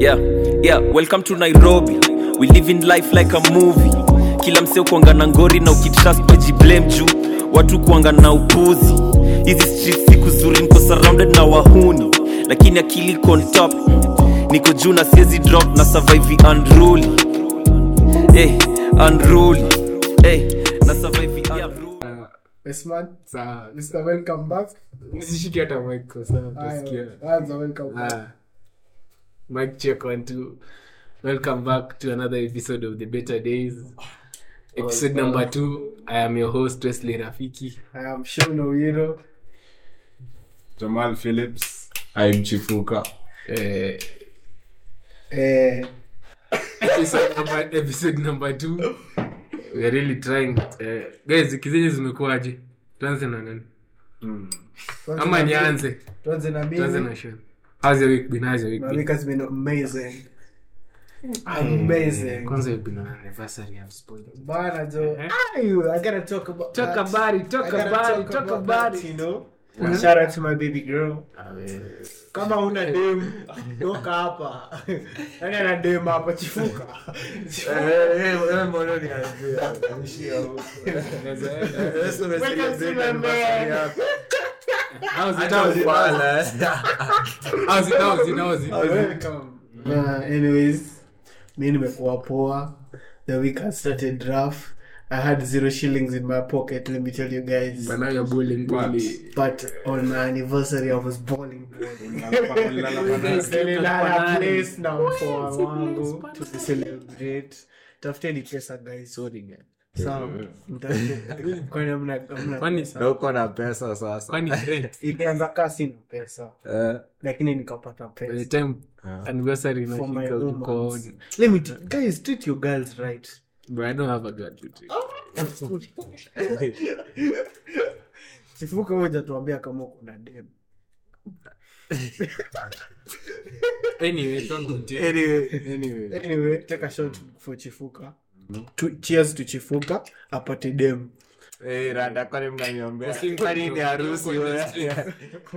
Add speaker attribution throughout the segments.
Speaker 1: yeah yeah welcome to nairobi we live in life like a movie kila mseo kuanga na ngori na ukitashpejiblem juu watu kuanga na upuzi hizi street siku zuri niko surrounded na wahuni lakini akili iko on top niko juu na siezi drop na survive unruly hey, unruly hey, na survive unruly
Speaker 2: Yes, man.
Speaker 3: Sawa.
Speaker 2: Mr. Welcome back.
Speaker 3: Nisishike hata mic kwa sababu utasikia.
Speaker 2: Haya, za welcome back.
Speaker 3: Ah. Mic check one two. Welcome back to another episode of the Better Days. Episode number two. I am your host Wesley Rafiki.
Speaker 2: I am Shona Wiro.
Speaker 4: jamal phillips aimchifuka
Speaker 3: Eh,
Speaker 2: Eh,
Speaker 3: episode number episode number two. We are really trying. Eh, guys, wiki zenyu zimekuwaje? Tuanze na nani?
Speaker 2: tuanze
Speaker 3: Ama
Speaker 2: na-
Speaker 3: nianze.
Speaker 2: Tuanze na
Speaker 3: Tuanze
Speaker 2: mimi.
Speaker 3: na Sean. How's your week been? How's your week
Speaker 2: My
Speaker 3: been?
Speaker 2: week has been amazing.
Speaker 3: Mm.
Speaker 2: Amazing.
Speaker 3: Kwanza we've been on an anniversary I'm spoiled.
Speaker 2: Bana jo.
Speaker 3: Eh?
Speaker 2: Ayu, I gotta talk about
Speaker 3: Talk
Speaker 2: that.
Speaker 3: about it, talk
Speaker 2: I gotta
Speaker 3: about
Speaker 2: talk
Speaker 3: it, talk
Speaker 2: about
Speaker 3: about
Speaker 2: that,
Speaker 3: it. Mm-hmm.
Speaker 2: you know. Shout out to my baby girl. Kama una dem, toka hapa. Yaani ana dem hapa chifuka. Welcome to my man.
Speaker 3: How's it? How's it? How's it? How's it? How's it? How's it?
Speaker 2: Uh, anyways mi nimekuwa poa the week has started rough i had zero shillings in my pocket let me tell you guys
Speaker 3: But now you're bowling, bowling.
Speaker 2: but on my anniversary i was balling
Speaker 3: Slept at
Speaker 2: Nililala
Speaker 3: Panari.
Speaker 2: place na mpoa wangu to celebrate tafuteni pesa guys sorry guys Sawa, mtafute- kwani hamna- hamna-
Speaker 3: Funny, sir.
Speaker 4: uko na pesa sasa
Speaker 3: Funny, great.
Speaker 2: ilianza kaa sina pesa
Speaker 4: Eh,
Speaker 2: lakini nikapata
Speaker 3: By the
Speaker 2: pesa
Speaker 3: time
Speaker 4: Yeah.
Speaker 3: anniversary
Speaker 2: for my
Speaker 3: inafika uko
Speaker 2: romance.
Speaker 3: on.
Speaker 2: Let me t- guys treat your girls right
Speaker 3: But I don't have a girl to
Speaker 2: Oh.
Speaker 3: take.
Speaker 2: sifuka moja tuambia kama kuna dem
Speaker 3: Anyway, don't continue.
Speaker 4: anyway.
Speaker 2: anyway take a shot for chifuka tu, cheers to chifuka apate dem
Speaker 4: Eh, rada kwani mnaniombea
Speaker 3: Usingo-
Speaker 4: kwani ni harusi
Speaker 3: uko-
Speaker 4: wewe?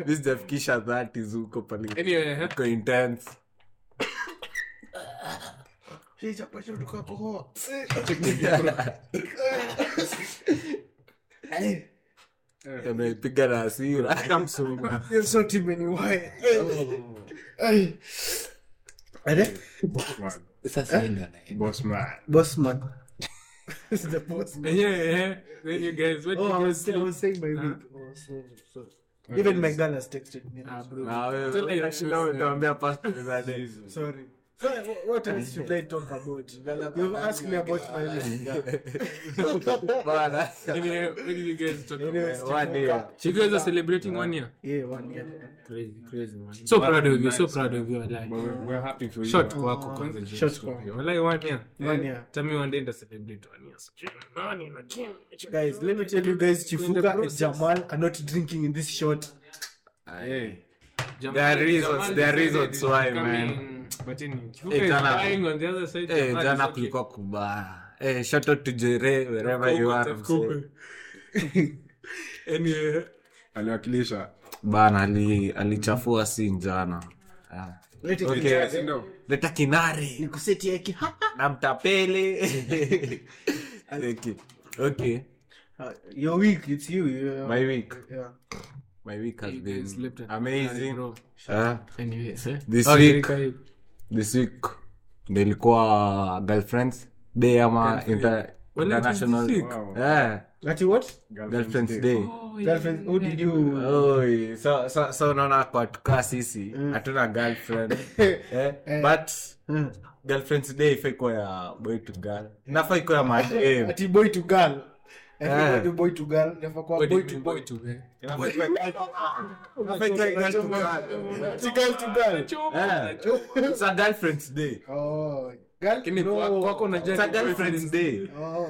Speaker 4: Mimi sijafikisha 30 zuko pale
Speaker 3: Anyway, huh?
Speaker 4: Uko intense
Speaker 3: Eh.
Speaker 4: Ameipiga na hasira
Speaker 3: I'm sober.
Speaker 2: Hiyo shot imeniwahi. Oh. Ai. Ade? Boss man. It's the boss man.
Speaker 3: Yeah, yeah. Then you guys, what
Speaker 2: Oh,
Speaker 3: you
Speaker 2: I
Speaker 3: guys
Speaker 2: was, I
Speaker 3: do?
Speaker 2: was saying my week. Oh, sorry, sorry. Even my girl has texted me.
Speaker 3: Ah, bro.
Speaker 4: Na wewe-
Speaker 3: Tell her you're sure.
Speaker 4: Na utaambia pastor za days.
Speaker 2: Sorry. So, wh- what else should I talk about? You've asked me about my
Speaker 4: Ah.
Speaker 2: week.
Speaker 4: Bana.
Speaker 3: Anyway, what did you guys talk about?
Speaker 2: Anyways,
Speaker 4: One year.
Speaker 3: You guys are celebrating one year.
Speaker 2: Yeah, one year.
Speaker 3: Crazy, crazy, man. So proud of you, so proud of you. Like. short
Speaker 2: Mm.
Speaker 3: kwako kwanza James.
Speaker 2: Short kwako.
Speaker 3: Walai one year.
Speaker 2: One year.
Speaker 3: Tami one day nita celebrate one year. So, Jim, nani na Jim, Jim.
Speaker 2: guys let me tell you guys eh, chifuka and jamal are not drinking in this shot
Speaker 3: Jam-
Speaker 4: There are reasons-
Speaker 3: Jamal
Speaker 4: there are
Speaker 3: decided
Speaker 4: reasons
Speaker 3: to
Speaker 4: why,
Speaker 3: come
Speaker 4: man.
Speaker 3: in, but anyway, Kifuka
Speaker 4: Eh,
Speaker 3: is
Speaker 4: jana-
Speaker 3: lying on the other side,
Speaker 4: Eh,
Speaker 3: Jamal
Speaker 4: jana
Speaker 3: is okay.
Speaker 4: kulikuwa kubaya Eh, shout out to Jere, wherever you
Speaker 3: Kuku,
Speaker 4: are,
Speaker 3: Kuku.
Speaker 4: msee.
Speaker 3: Anyway,
Speaker 5: aliwakilisha
Speaker 4: bana ali- alichafua sin jana Ah. Okay. leta kinare na mtapele okay. okay
Speaker 2: your week Uh, it's you yeah.
Speaker 4: my week
Speaker 2: yeah.
Speaker 4: my week has
Speaker 3: You
Speaker 4: been
Speaker 3: slept at-
Speaker 4: amazing
Speaker 3: bro.
Speaker 4: Ah,
Speaker 3: Anyways, eh.
Speaker 4: This
Speaker 3: Oh,
Speaker 4: week-
Speaker 3: Jerika,
Speaker 4: this week nilikuwa girlfriends day ama inter-
Speaker 3: Well, it was this
Speaker 4: international
Speaker 3: week.
Speaker 4: wow. yeah,
Speaker 2: That you what
Speaker 4: girlfriends day
Speaker 2: girlfriend who did
Speaker 4: Uh,
Speaker 2: you
Speaker 4: Oi, so so so unaona kwa tukaa sisi hatuna girlfriend eh? but
Speaker 2: Mm.
Speaker 4: girlfriends day ifai kuwa ya boy to girl nafai kuwa ya eh. madem
Speaker 2: ati boy to girl
Speaker 4: Yeah.
Speaker 2: Everybody boy to girl never kwa
Speaker 3: what
Speaker 2: boy
Speaker 3: did
Speaker 2: to
Speaker 3: we
Speaker 2: boy
Speaker 3: boy to, eh?
Speaker 2: to girl to girl
Speaker 4: Yeah. Eh. It's a girlfriend's day.
Speaker 2: oh girl
Speaker 3: Lakini kwa- kwako unajua
Speaker 4: It's a
Speaker 3: ni
Speaker 4: girlfriend's day.
Speaker 2: oh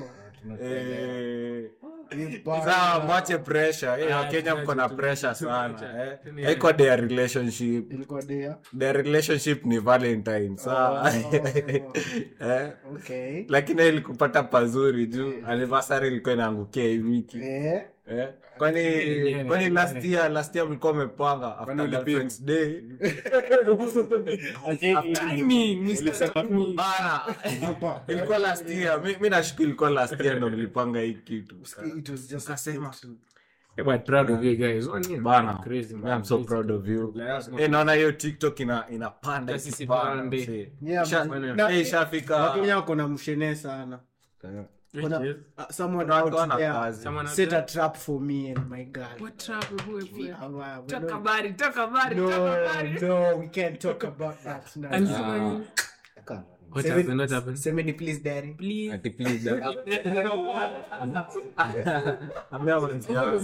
Speaker 4: Eh,
Speaker 2: ni bad.
Speaker 4: sawa, mwache pressure. Eh, Wakenya mko na pressure sana. eh. Haiko their relationship.
Speaker 2: ilikuwa there
Speaker 4: Their relationship ni Valentine. Sawa. Eh,
Speaker 2: okay
Speaker 4: Lakini ilikupata pazuri juu anniversary ilikuwa inaangukia hii wiki.
Speaker 2: eh
Speaker 4: Eh, kwani kwani last year last year mlikuwa mmepanga after girlfriend's day Bana, ilikuwa last year mi, mi nashuku ilikuwa last year ndo mlipanga hii kitu kasema
Speaker 3: But proud of you guys. One year,
Speaker 4: bana
Speaker 3: crazy, man.
Speaker 4: mi I'm so proud of you
Speaker 3: Lazima.
Speaker 4: Eh, naona hiyo tiktok ina inapanda
Speaker 3: Sisi
Speaker 4: ikipanda,
Speaker 3: pande.
Speaker 4: msee.
Speaker 2: Yeah,
Speaker 4: Isha-
Speaker 2: man.
Speaker 4: eh, ishafika
Speaker 2: wakenya wako na mshenee sana Kuna-
Speaker 3: Yes.
Speaker 2: uh, someone out
Speaker 4: wana
Speaker 2: there
Speaker 4: kazi
Speaker 3: Someone out
Speaker 2: set
Speaker 3: there.
Speaker 2: a trap for me and my girl
Speaker 3: What trouble, boy, boy?
Speaker 2: Ah, wow, we
Speaker 3: Talk
Speaker 2: don't-
Speaker 3: about it, talk about it,
Speaker 2: no,
Speaker 3: talk about it.
Speaker 2: no, we can't talk about that now.
Speaker 3: And so- What
Speaker 2: Seven-
Speaker 3: happened? What happened?
Speaker 2: Semeni, please, daddy.
Speaker 3: Please.
Speaker 4: Ati please, eh, ambia wenzi yao.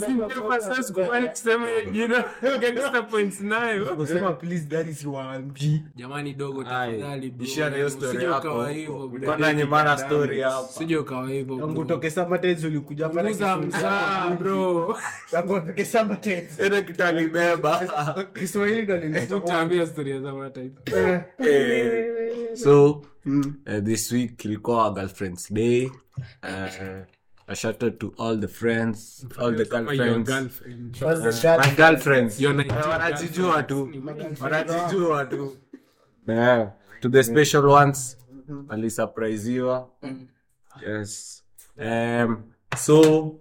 Speaker 2: Kusema please, daddy siwaambii.
Speaker 3: jamani dogo
Speaker 4: Ai,
Speaker 3: tafadhali bro.
Speaker 4: ishia na hiyo story
Speaker 3: Usije
Speaker 4: yako.
Speaker 3: ukawa hivyo, bro.
Speaker 4: Ulikuwa na nyimana story hapa.
Speaker 3: Usije ukawa hivyo, bro.
Speaker 2: Tangu toke Samatex ulikuja hapa na
Speaker 3: Punguza
Speaker 2: Kiswahili.
Speaker 3: mzaa, bro.
Speaker 2: Tangu toke Samatex.
Speaker 4: Ile kitu alibeba.
Speaker 2: Kiswahili ndo lilitoka.
Speaker 3: Utaambia story ya Summer Time.
Speaker 2: Eh,
Speaker 4: Eh, so
Speaker 2: mm.
Speaker 4: uh, this week ilikuwa our girlfriends day uh, a shout out to all the friends all the
Speaker 3: Your
Speaker 4: girlfriends
Speaker 3: girlfriend.
Speaker 2: What's the shot?
Speaker 4: my girlfriends
Speaker 3: Your 19
Speaker 4: wanajijua tu
Speaker 3: girlfriend.
Speaker 4: wanajijua tu yeah. to the special ones
Speaker 2: Mm-hmm.
Speaker 4: walisurprisiwa yes um, so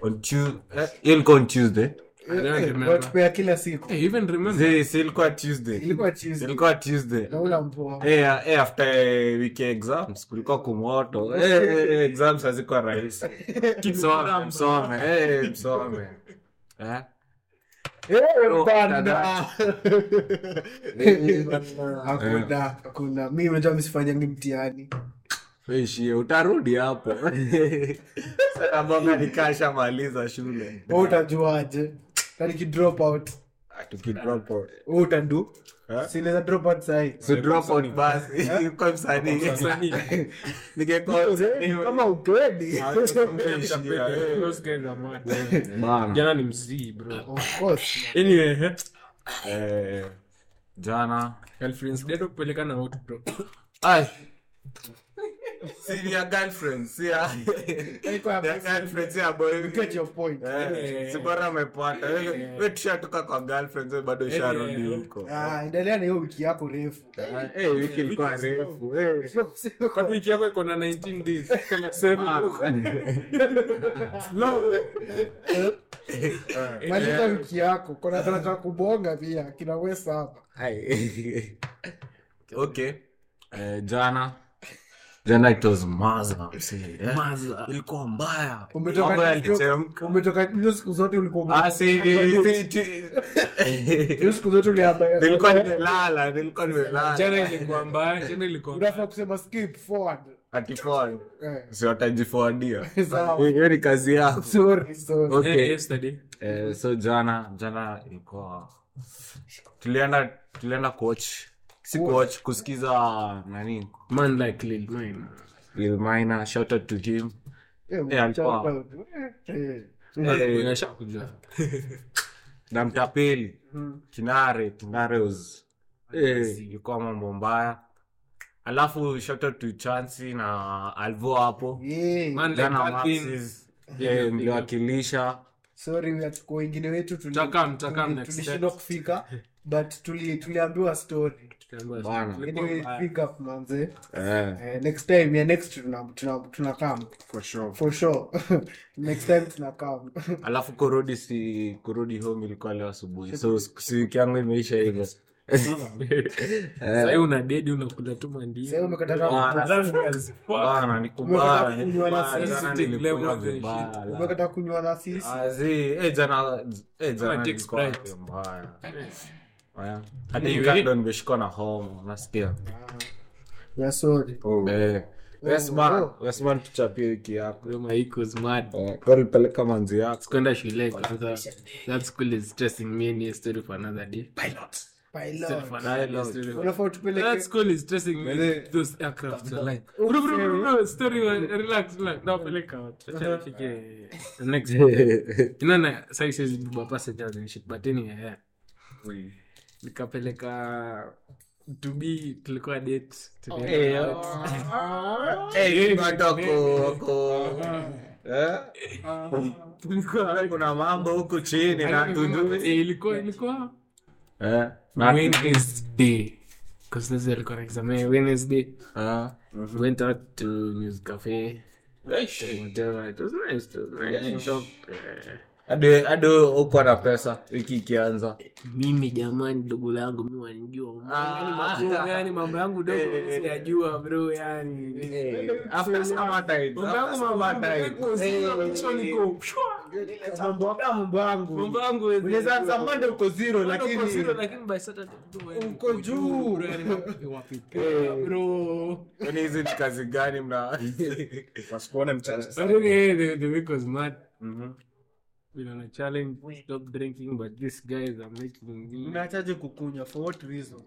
Speaker 4: on Tu- eh, hiyo ilikuwa on tuesday
Speaker 3: I don't
Speaker 2: Eh,
Speaker 3: remember.
Speaker 2: watupea kila siku.
Speaker 3: Hey, even remember.
Speaker 4: si si ilikuwa tuesday
Speaker 2: Ilikuwa Tuesday.
Speaker 4: ilikuwa tuesday
Speaker 2: Naula mpoa.
Speaker 4: Eh, ah, eh, after eh, wiki ya exams kulikuwa
Speaker 2: Oh,
Speaker 4: kumoto Eh, eh, eh, exams hazikuwa rahisi msome msome eh, msome Eh?
Speaker 2: Eh,
Speaker 4: Oh,
Speaker 2: panda.
Speaker 4: Eh,
Speaker 2: Hakuna, hakuna. Mi unajua mi sifanyangi mtihani.
Speaker 4: ishie utarudi hapo Sasa mbona nikashamaliza shule
Speaker 2: Wewe utajuaje? Yaani kidrop out.
Speaker 4: tukidrop out.
Speaker 2: Wewe utandu.
Speaker 4: Eh?
Speaker 2: Si naweza drop out sahi.
Speaker 4: So drop out basi kwa msanii ningekuwa
Speaker 2: Kama ukweli.
Speaker 4: Ah, Ishie, eh.
Speaker 3: Those guys are mad. Ah.
Speaker 4: Bana.
Speaker 3: Jana ni mzii, bro.
Speaker 2: Of course.
Speaker 3: Anyway, eh,
Speaker 4: Eh, jana
Speaker 3: girlfriends, date kupelekana out, bro.
Speaker 4: Ay. Si ya girlfriend, si ya
Speaker 2: Ilikuwa
Speaker 4: ya girlfriend, si ya boy.
Speaker 2: Get your point.
Speaker 4: Eh, si bora amepata. Wewe wewe tushatoka kwa girlfriend, wewe bado usharudi huko.
Speaker 2: Ah, endelea na hiyo wiki yako refu.
Speaker 4: Eh, wiki ilikuwa refu. Eh.
Speaker 3: Kwa wiki yako iko na 19 days. Kama seven.
Speaker 2: Maliza wiki yako. Kuna tunataka kubonga pia kina Wesa hapa.
Speaker 4: Ai. Okay. Eh, jana jana it was maza msee, eh. ilikuwa mbaya
Speaker 2: Umetoka
Speaker 4: Mambo
Speaker 2: New
Speaker 4: yalichemka.
Speaker 2: Umetoka hizo siku zote ulikuwa
Speaker 4: Ah, si- si- si-
Speaker 2: hizo siku zote uliambia.
Speaker 4: nilikuwa nimelala nilikuwa nimelala
Speaker 3: Jana ilikuwa mbaya, jana ilikuwa
Speaker 2: Unafaa kusema skip forward.
Speaker 4: Ati forward.
Speaker 2: Eh.
Speaker 4: Si watajiforwardia
Speaker 2: Sawa.
Speaker 4: hiyo ni kazi yao
Speaker 2: Sorry, sorry.
Speaker 3: Eh,
Speaker 4: okay.
Speaker 3: yesterday.
Speaker 4: eh, so jana jana ilikuwa tulienda tulienda kuwatch si kuwatch kusikiza nani
Speaker 3: Man like Lil Wayne.
Speaker 4: Lil Mina, shout out to him
Speaker 2: Eh,
Speaker 4: Eh, alikuwa-
Speaker 2: shout out. Eh,
Speaker 4: eh,
Speaker 3: Unashakujua.
Speaker 4: na mtapeli kinare kinare was eh, ilikuwa mambo mbaya alafu shout out to chansi na alvo hapo
Speaker 2: eh.
Speaker 3: Man like
Speaker 4: jana
Speaker 3: Martin.
Speaker 4: Maxis, eh, mliwakilisha
Speaker 2: sorry watu wengine wetu tuli-
Speaker 3: Tutakam, tutakam
Speaker 2: tuli-
Speaker 3: next
Speaker 2: tulishindwa kufika but tuli- tuliambiwa story
Speaker 4: Bana.
Speaker 2: anyway pick up manze
Speaker 4: eh.
Speaker 2: Eh, next time ya next tuna tuna tuna come for sure next time tuna come
Speaker 4: alafu kurudi si kurudi home ilikuwa leo asubuhi so siku- si wiki yangu imeisha hivyo
Speaker 3: Sasa una dedi unakula tu mandio.
Speaker 2: sasa umekata tamaa
Speaker 4: Bana, Ah, bana, ni kubaya,
Speaker 2: Umekata kunywa na
Speaker 4: kubaya, jana
Speaker 3: sensitive
Speaker 4: nilikunywa
Speaker 3: level of
Speaker 4: vibaya.
Speaker 2: umekata kunywa na sisi
Speaker 4: Ah, zi, eh, jana- eh, jana
Speaker 3: Kama take
Speaker 4: nilikuwa
Speaker 3: Sprite.
Speaker 4: vibaya. Eh,
Speaker 3: Anyway.
Speaker 4: hadi wiki ndo nimeshikwa na homa unasikia
Speaker 2: yeah sorry
Speaker 4: Eh, Westman,
Speaker 2: oh.
Speaker 4: Westman tuchapie wiki yako
Speaker 3: Bro, my ego is mad.
Speaker 4: Eh, kwa ulipeleka manzi yako
Speaker 3: Kwenda shule kwanza. That school is stressing me and a story for another day. Story for
Speaker 2: pilot
Speaker 3: another day, story for-
Speaker 2: unafaa
Speaker 3: That
Speaker 2: utupeleke
Speaker 3: school is stressing me. Those aircraft are like, bro, bro, bro, bro, story one, relax, relax. No, peleka watu. Acha nifike the next day. You know, na- sahi siwezi beba passengers and shit, but anyway, yeah. nikapeleka tubi tulikuwa
Speaker 4: oh.
Speaker 3: date Tulienda out.
Speaker 2: Ah.
Speaker 4: Eh, watu wako- wako-
Speaker 3: Tulikuwa-
Speaker 4: kuna mambo huku chini na tujui.
Speaker 3: Eh, ilikuwa ilikuwa
Speaker 4: Eh, na-
Speaker 3: Wednesday. 'Cause Thursday alikuwa na exam. Eh, Wednesday.
Speaker 4: Ah.
Speaker 3: Went out to news cafe. Whatever. It was nice. It was nice.
Speaker 4: Yes.
Speaker 3: Shop. Eh,
Speaker 4: Hadi- hadi uko na pesa wiki ikianza
Speaker 3: mimi jamani dogo langu mi wanijua Yaani mambo- yaani mambo yangu dogo sijajua bro yani
Speaker 4: After summer time,
Speaker 3: mambo yangu
Speaker 4: after
Speaker 3: mambo
Speaker 4: summer time.
Speaker 3: yangu kichwani ko pshwa.
Speaker 4: mambo
Speaker 3: mambo yangu wezi-
Speaker 4: unaanza Monday uko zero
Speaker 3: Lakini-
Speaker 4: lakini
Speaker 3: lakini by Saturday bro, yaani
Speaker 4: Uko juu.
Speaker 3: bro, yaani wapi- wapi-
Speaker 2: Eh.
Speaker 3: bro.
Speaker 4: Yaani hizi ni kazi gani mna
Speaker 3: But anyway, the, the week was mad.
Speaker 4: Mhm.
Speaker 3: Been on a challenge, stop drinking, but these guys are making me.
Speaker 2: mnachaje kukunywa for what reason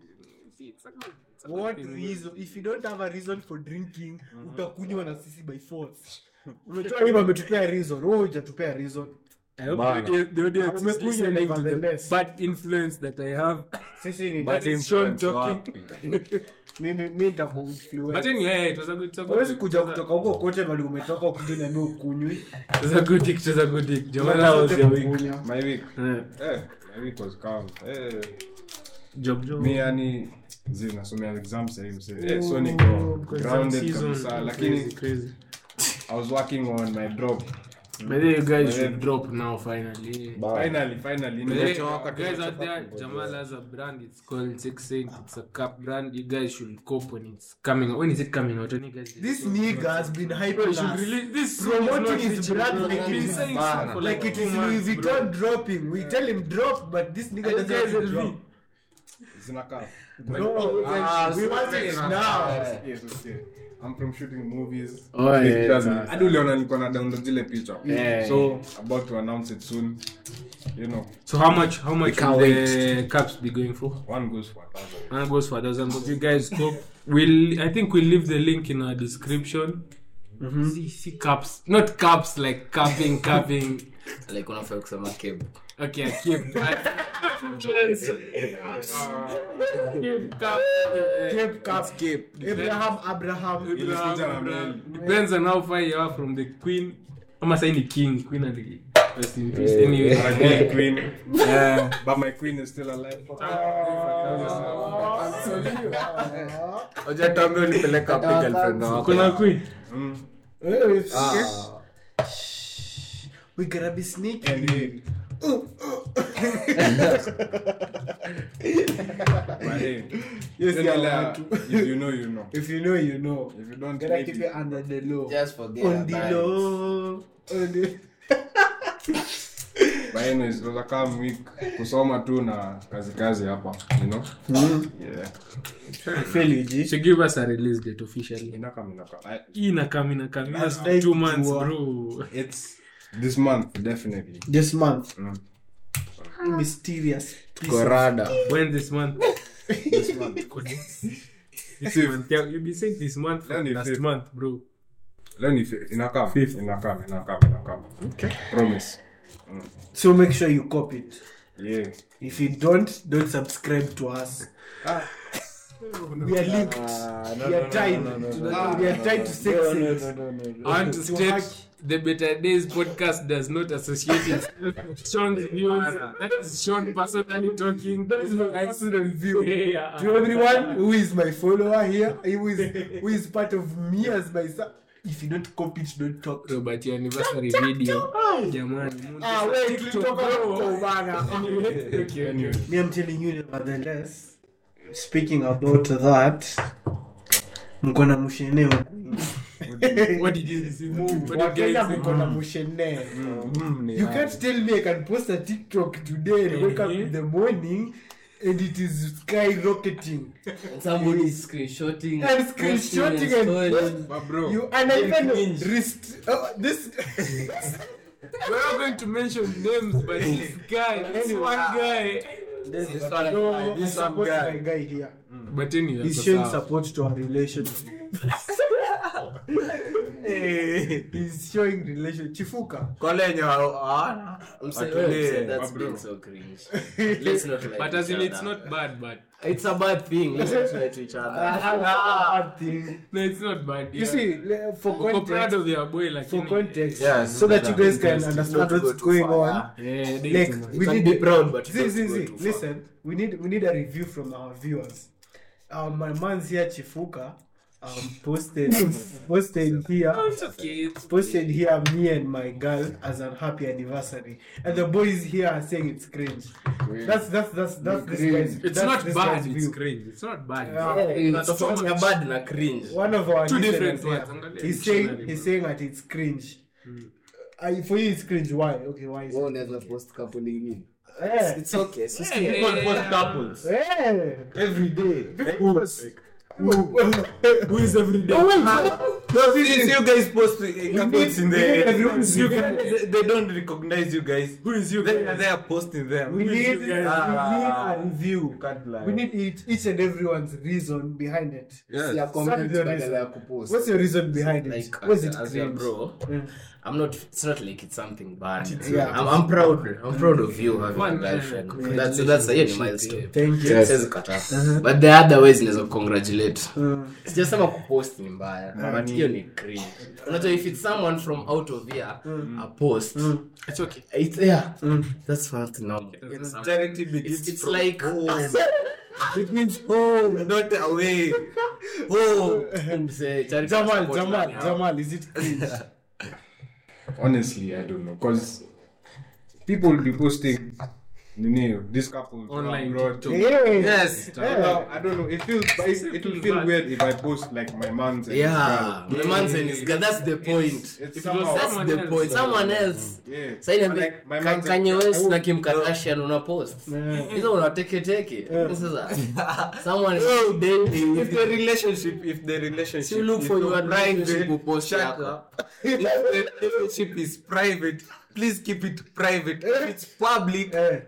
Speaker 3: It's a good- it's a good
Speaker 2: what
Speaker 3: thing, bro.
Speaker 2: reason if you don't have a reason for drinking utakunywa na sisi by force unajua hivyo ametupea reason wewe hujatupea reason
Speaker 3: I hope
Speaker 4: Bana.
Speaker 3: the audience, the audience
Speaker 2: Amekuja
Speaker 3: is listening to the
Speaker 2: nevertheless.
Speaker 3: bad influence that I have.
Speaker 2: sisi ni
Speaker 3: But it's Sean talking.
Speaker 2: mimi mimi nitakuinfluence
Speaker 3: But anyway, it was a good, it was a good,
Speaker 2: Huwezi
Speaker 3: it
Speaker 2: kuja
Speaker 3: was a-
Speaker 2: kutoka huko kote bali umetoka ukuje na mimi ukunywi.
Speaker 3: it was a good week, it was a good week. Jomana was your week.
Speaker 2: Kukunywa.
Speaker 5: My week.
Speaker 3: Eh,
Speaker 5: Eh, my week was calm. Eh,
Speaker 3: Job, job.
Speaker 5: mi yani zi nasomea exam sahii mse. Eh, so
Speaker 3: Oh,
Speaker 5: niko
Speaker 3: kwa exam
Speaker 5: grounded
Speaker 3: season.
Speaker 5: kabisa
Speaker 3: Crazy,
Speaker 5: lakini
Speaker 3: crazy.
Speaker 5: I was working on my drop.
Speaker 3: By the way, you guys
Speaker 5: By the
Speaker 3: should
Speaker 5: way-
Speaker 3: drop now finally.
Speaker 5: Finally, finally.
Speaker 3: By the way,
Speaker 5: nimeacha wako
Speaker 3: guys
Speaker 5: tunacho
Speaker 3: out there,
Speaker 5: fucking
Speaker 3: Jamal has a brand. It's called Six Saint. It's a cup brand. You guys should cop when it's coming. out. When is it coming out? When you guys
Speaker 2: This nigga has been
Speaker 3: Bro, you
Speaker 2: hyping
Speaker 3: should
Speaker 2: us.
Speaker 3: release this.
Speaker 2: Promoting his brand
Speaker 3: brand
Speaker 2: like it is
Speaker 5: Bana.
Speaker 2: Like it is Louis Vuitton dropping. We tell him drop, but this nigga
Speaker 3: Guys,
Speaker 2: doesn't
Speaker 3: it's
Speaker 2: drop.
Speaker 3: me.
Speaker 5: Zinakaa.
Speaker 2: No,
Speaker 4: Ah,
Speaker 2: we want it
Speaker 4: so-
Speaker 2: now.
Speaker 5: Yes, yes, okay. I'm from shooting movies.
Speaker 3: Oh, yeah,
Speaker 5: It doesn't-
Speaker 3: yeah.
Speaker 5: hadi uliona nilikuwa na download zile picha
Speaker 3: Yeah.
Speaker 5: so about to announce it soon you know
Speaker 3: So how much? How much
Speaker 4: can't
Speaker 3: will the cups be going for?
Speaker 5: one goes for a thousand
Speaker 3: One goes for a thousand. But you guys cop. We'll. I think we'll leave the link in our description. See, see cups, not cups like cupping, cupping.
Speaker 6: like unafaa kusema keb
Speaker 3: Okay, I keep. I, keep cup.
Speaker 2: Cape Cap. Abraham, Abraham.
Speaker 5: Ilikuja na mail.
Speaker 3: Depends on how far you are from the queen. Ama sasa hii ni king, queen and the rest in peace. Anyway,
Speaker 5: Again, queen. But my queen is still alive.
Speaker 4: Hujatuambia unipeleke
Speaker 3: Ah,
Speaker 4: wapi girlfriend wako.
Speaker 3: kuna queen.
Speaker 2: Wewe
Speaker 6: Ah.
Speaker 2: usikie. Eh, We gonna be sneaky.
Speaker 5: Anyway. But hey,
Speaker 2: Yes,
Speaker 5: still
Speaker 2: yeah,
Speaker 5: alive.
Speaker 6: uh,
Speaker 2: watu.
Speaker 5: If you know, you know.
Speaker 2: If you know, you know.
Speaker 5: If you don't,
Speaker 2: Gotta
Speaker 5: maybe.
Speaker 2: keep it under the law.
Speaker 6: just forget
Speaker 2: On the
Speaker 6: about it.
Speaker 2: law. On the-
Speaker 5: But anyways, it was a calm week. Kusoma tu na kazi kazi hapa, you know? Yeah.
Speaker 3: So give us a release date officially.
Speaker 5: Inakam, inakam. I-
Speaker 3: Hii inakam inakam. Hii has
Speaker 2: Like
Speaker 3: two months,
Speaker 2: what?
Speaker 3: bro.
Speaker 5: It's this month, definitely.
Speaker 2: This month.
Speaker 5: Mm.
Speaker 2: Mysterious.
Speaker 4: Kwa rada.
Speaker 3: When this month?
Speaker 5: This month.
Speaker 3: This month. Yeah, you've been saying this month for
Speaker 5: Then you
Speaker 3: last
Speaker 5: feel-
Speaker 3: month, bro.
Speaker 5: Then if it- inakam,
Speaker 3: Fifth.
Speaker 5: inakam, inakam, inakam. Promise.
Speaker 2: So make sure you copy it.
Speaker 5: Yeah.
Speaker 2: If you don't, don't subscribe to us. We are linked. we are tied. to the- we are tied to sex sales.
Speaker 3: I want to state the Better Days podcast does not associate itself with Sean's views. That is Sean personally talking. That is my personal view. Yeah.
Speaker 2: To everyone who is my follower here, who is who is part of me as my son. If you don't copy it, don't talk.
Speaker 3: So, but your anniversary video. Jamani.
Speaker 2: Ah, wait, we talk about
Speaker 5: Anyway.
Speaker 2: Me, I'm telling you, nevertheless. Speaking about that, mko na msheneo.
Speaker 3: What did you see? What did you
Speaker 2: Wakenya mko na
Speaker 3: guys
Speaker 2: msheneo.
Speaker 4: Mm, ni
Speaker 2: You
Speaker 4: haya.
Speaker 2: can't tell me I can post a TikTok today and wake up
Speaker 5: Eh.
Speaker 2: in the morning and it is skyrocketing.
Speaker 6: And somebody is screenshotting
Speaker 2: And
Speaker 6: posting
Speaker 2: screenshotting and-
Speaker 6: stories.
Speaker 5: But bro,
Speaker 2: You and I even rest oh, this
Speaker 3: We're not going to mention names, but this guy, this one guy.
Speaker 6: This one,
Speaker 2: no,
Speaker 4: this
Speaker 2: I
Speaker 4: some
Speaker 2: support
Speaker 4: guy.
Speaker 2: my guy here.
Speaker 3: But anyway,
Speaker 2: He's showing support to our relationship. Eh, he's showing relation chifuka
Speaker 4: Kole yenye wa- hawana.
Speaker 6: I'm saying,
Speaker 4: Atulie.
Speaker 6: well, said that's
Speaker 5: Mabro.
Speaker 6: being so cringe. Let's not lie
Speaker 3: But
Speaker 6: to
Speaker 3: as in,
Speaker 6: each
Speaker 3: it's
Speaker 6: other.
Speaker 3: not bad, but
Speaker 6: It's a bad thing. Let's not lie to each
Speaker 3: Ah,
Speaker 6: other.
Speaker 3: no, it's not bad.
Speaker 2: you see le- for
Speaker 3: Uko proud
Speaker 2: context
Speaker 3: of your boy, like
Speaker 2: for context
Speaker 4: Yeah,
Speaker 2: so that you guys can
Speaker 4: interesting.
Speaker 2: understand
Speaker 4: Not
Speaker 2: what's
Speaker 4: go too
Speaker 2: going
Speaker 4: far,
Speaker 2: on
Speaker 4: yeah.
Speaker 3: Yeah, they
Speaker 2: like
Speaker 3: too much.
Speaker 2: we
Speaker 6: You
Speaker 2: need
Speaker 6: can be proud, but you
Speaker 2: see,
Speaker 6: don't
Speaker 2: see,
Speaker 6: go
Speaker 2: see.
Speaker 6: too far.
Speaker 2: listen we need we need a review from our viewers our my man's here chifuka um posted posted here
Speaker 3: It's okay. It's
Speaker 2: posted here me and my girl as an happy anniversary and the boys here are saying it's cringe that's that's that's that's this guy's,
Speaker 3: it's
Speaker 2: that's
Speaker 3: not
Speaker 2: this
Speaker 3: bad.
Speaker 2: guy's
Speaker 3: It's
Speaker 2: view.
Speaker 3: cringe. It's not bad. Eh,
Speaker 2: Yeah.
Speaker 6: It's not bad na cringe.
Speaker 2: one of our
Speaker 3: Two different
Speaker 2: listeners
Speaker 3: words.
Speaker 2: here,
Speaker 3: Angalia
Speaker 2: he's
Speaker 3: dictionary,
Speaker 2: saying he's
Speaker 3: bro.
Speaker 2: saying that it's cringe
Speaker 3: Hmm.
Speaker 2: I, for you it's cringe why okay why is it
Speaker 7: unaweza post couple ingine
Speaker 2: Eh,
Speaker 7: it's okay so
Speaker 3: Yeah, yeah, yeah, yeah.
Speaker 2: eh.
Speaker 4: Every day.
Speaker 3: Who is every day?
Speaker 4: No, since you guys post uh, couples in the
Speaker 2: everyone's-
Speaker 4: you guys, they- they don't recognize you guys. Who is you? They, they are posting them.
Speaker 2: we need we need
Speaker 4: Ah.
Speaker 2: a review
Speaker 4: You can't lie.
Speaker 2: we need each, each and everyone's reason behind it
Speaker 4: Yes.
Speaker 7: ya comment
Speaker 2: Some
Speaker 7: badala ya
Speaker 2: reason.
Speaker 7: kupost
Speaker 2: what's your reason behind it
Speaker 3: uh,
Speaker 6: like
Speaker 2: what's
Speaker 6: as,
Speaker 2: it
Speaker 6: as your
Speaker 2: cringe?
Speaker 6: bro
Speaker 2: Mm.
Speaker 6: i'm not it's not like it's something bad
Speaker 2: yeah.
Speaker 6: I'm, I'm proud i'm proud of you having
Speaker 3: One,
Speaker 6: a
Speaker 3: uh,
Speaker 6: girlfriend
Speaker 3: congratulations.
Speaker 6: that's that's a yeah, milestone
Speaker 2: thank you
Speaker 6: Siwezi kataa. but the other ways inaweza congratulate
Speaker 2: Mm.
Speaker 6: sijasema kupost ni mbaya but hiyo ni cringe unajua if it's someone from out of here a post
Speaker 3: It's okay.
Speaker 6: it's yeah that's not normal
Speaker 4: Charity begins
Speaker 6: it's, it's
Speaker 4: from
Speaker 6: like ah,
Speaker 4: It means home, not away. Home.
Speaker 6: Mzee, charity
Speaker 2: jamal
Speaker 6: support
Speaker 2: jamal
Speaker 6: lani hao.
Speaker 2: jamal is it cringe
Speaker 5: honestly i don't know because people will be posting nini this couple to
Speaker 3: Online
Speaker 5: abroad.
Speaker 3: TikTok.
Speaker 2: yeah
Speaker 4: Yes.
Speaker 5: I don't know, I don't know. It feels it, it will feel weird if I post like my man's and
Speaker 6: yeah
Speaker 5: his girl.
Speaker 6: my man's and his girl that's the point
Speaker 5: It's
Speaker 3: If it was
Speaker 5: somehow
Speaker 6: That's
Speaker 3: Someone
Speaker 6: the
Speaker 3: else.
Speaker 6: point. Someone else.
Speaker 5: yeah.
Speaker 6: Sasa ile
Speaker 5: Like,
Speaker 6: mbe-
Speaker 5: my
Speaker 6: Ka-
Speaker 5: man's-
Speaker 6: Kanye
Speaker 4: oh,
Speaker 6: West na Kim Kardashian una post.
Speaker 2: Yeah.
Speaker 6: Hizo unateketeke. Sasa someone is
Speaker 4: "Oh, If
Speaker 6: dating.
Speaker 4: the relationship, if the relationship,
Speaker 6: You look
Speaker 4: is
Speaker 6: for
Speaker 4: not
Speaker 6: your relationship oh,
Speaker 4: private,
Speaker 6: post
Speaker 4: shut
Speaker 6: yako.
Speaker 4: up. If the relationship is private, please keep it private. If it's public,
Speaker 2: Eh,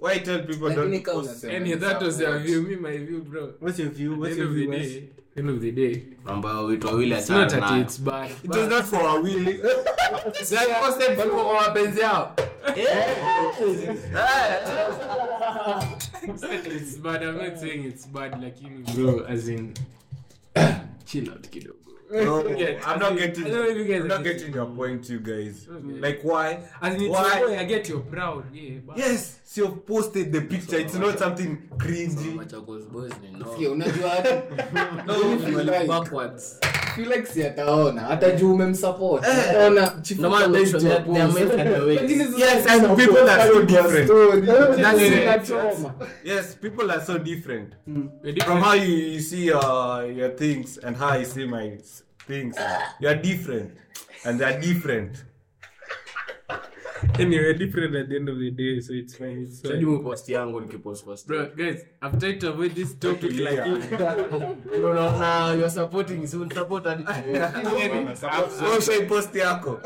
Speaker 4: why tell people
Speaker 7: Lakini
Speaker 4: don't
Speaker 7: kama
Speaker 4: post
Speaker 7: unasema
Speaker 4: them?
Speaker 3: Any that was your view. Me, my view, bro.
Speaker 2: what's your view what's
Speaker 3: End
Speaker 2: your
Speaker 3: of the
Speaker 2: view Wes?
Speaker 3: day. End of the day.
Speaker 6: Ambao wito wawili
Speaker 3: It's not
Speaker 6: achana
Speaker 3: that
Speaker 6: nayo.
Speaker 3: it's bad.
Speaker 4: It was not for a will.
Speaker 6: They posted people kwa wapenzi yao.
Speaker 3: It's bad. I'm not saying it's bad, like you know, bro. As in, chill out, kiddo.
Speaker 4: No,
Speaker 3: Yeah,
Speaker 4: I'm
Speaker 3: I
Speaker 4: not
Speaker 3: mean,
Speaker 4: getting.
Speaker 3: I don't know if you guys
Speaker 4: I'm
Speaker 3: are
Speaker 4: not
Speaker 3: getting
Speaker 4: getting your point, you guys.
Speaker 3: Okay.
Speaker 4: Like why?
Speaker 3: As in, it's
Speaker 4: Why?
Speaker 3: why I get you proud. Yeah, but
Speaker 4: Yes, so you posted the picture. It's not something cringy.
Speaker 6: Machakos boys ni no.
Speaker 7: Sikia, unajua hata-
Speaker 6: Backwards.
Speaker 7: Felix ataona hata juu umemsupport
Speaker 6: Eh.
Speaker 7: ataona chifu
Speaker 6: Ndio maana they- they- they are meant and ways.
Speaker 4: Yes, and people are so different. That's
Speaker 7: That's
Speaker 4: it.
Speaker 7: not trauma.
Speaker 4: Yes, people are so different
Speaker 3: the
Speaker 4: from
Speaker 3: difference-
Speaker 4: how you, you see your your things and how I see my s- things. You are different, and they are different.
Speaker 3: anyway, different at the end of the day, so it's fine. It's
Speaker 6: Hadi
Speaker 3: fine.
Speaker 6: mu post yangu nikipost post.
Speaker 3: Bro, guys, I'm trying to avoid this topic. Like,
Speaker 6: Unaona you're supporting so support and
Speaker 4: So should I post yako?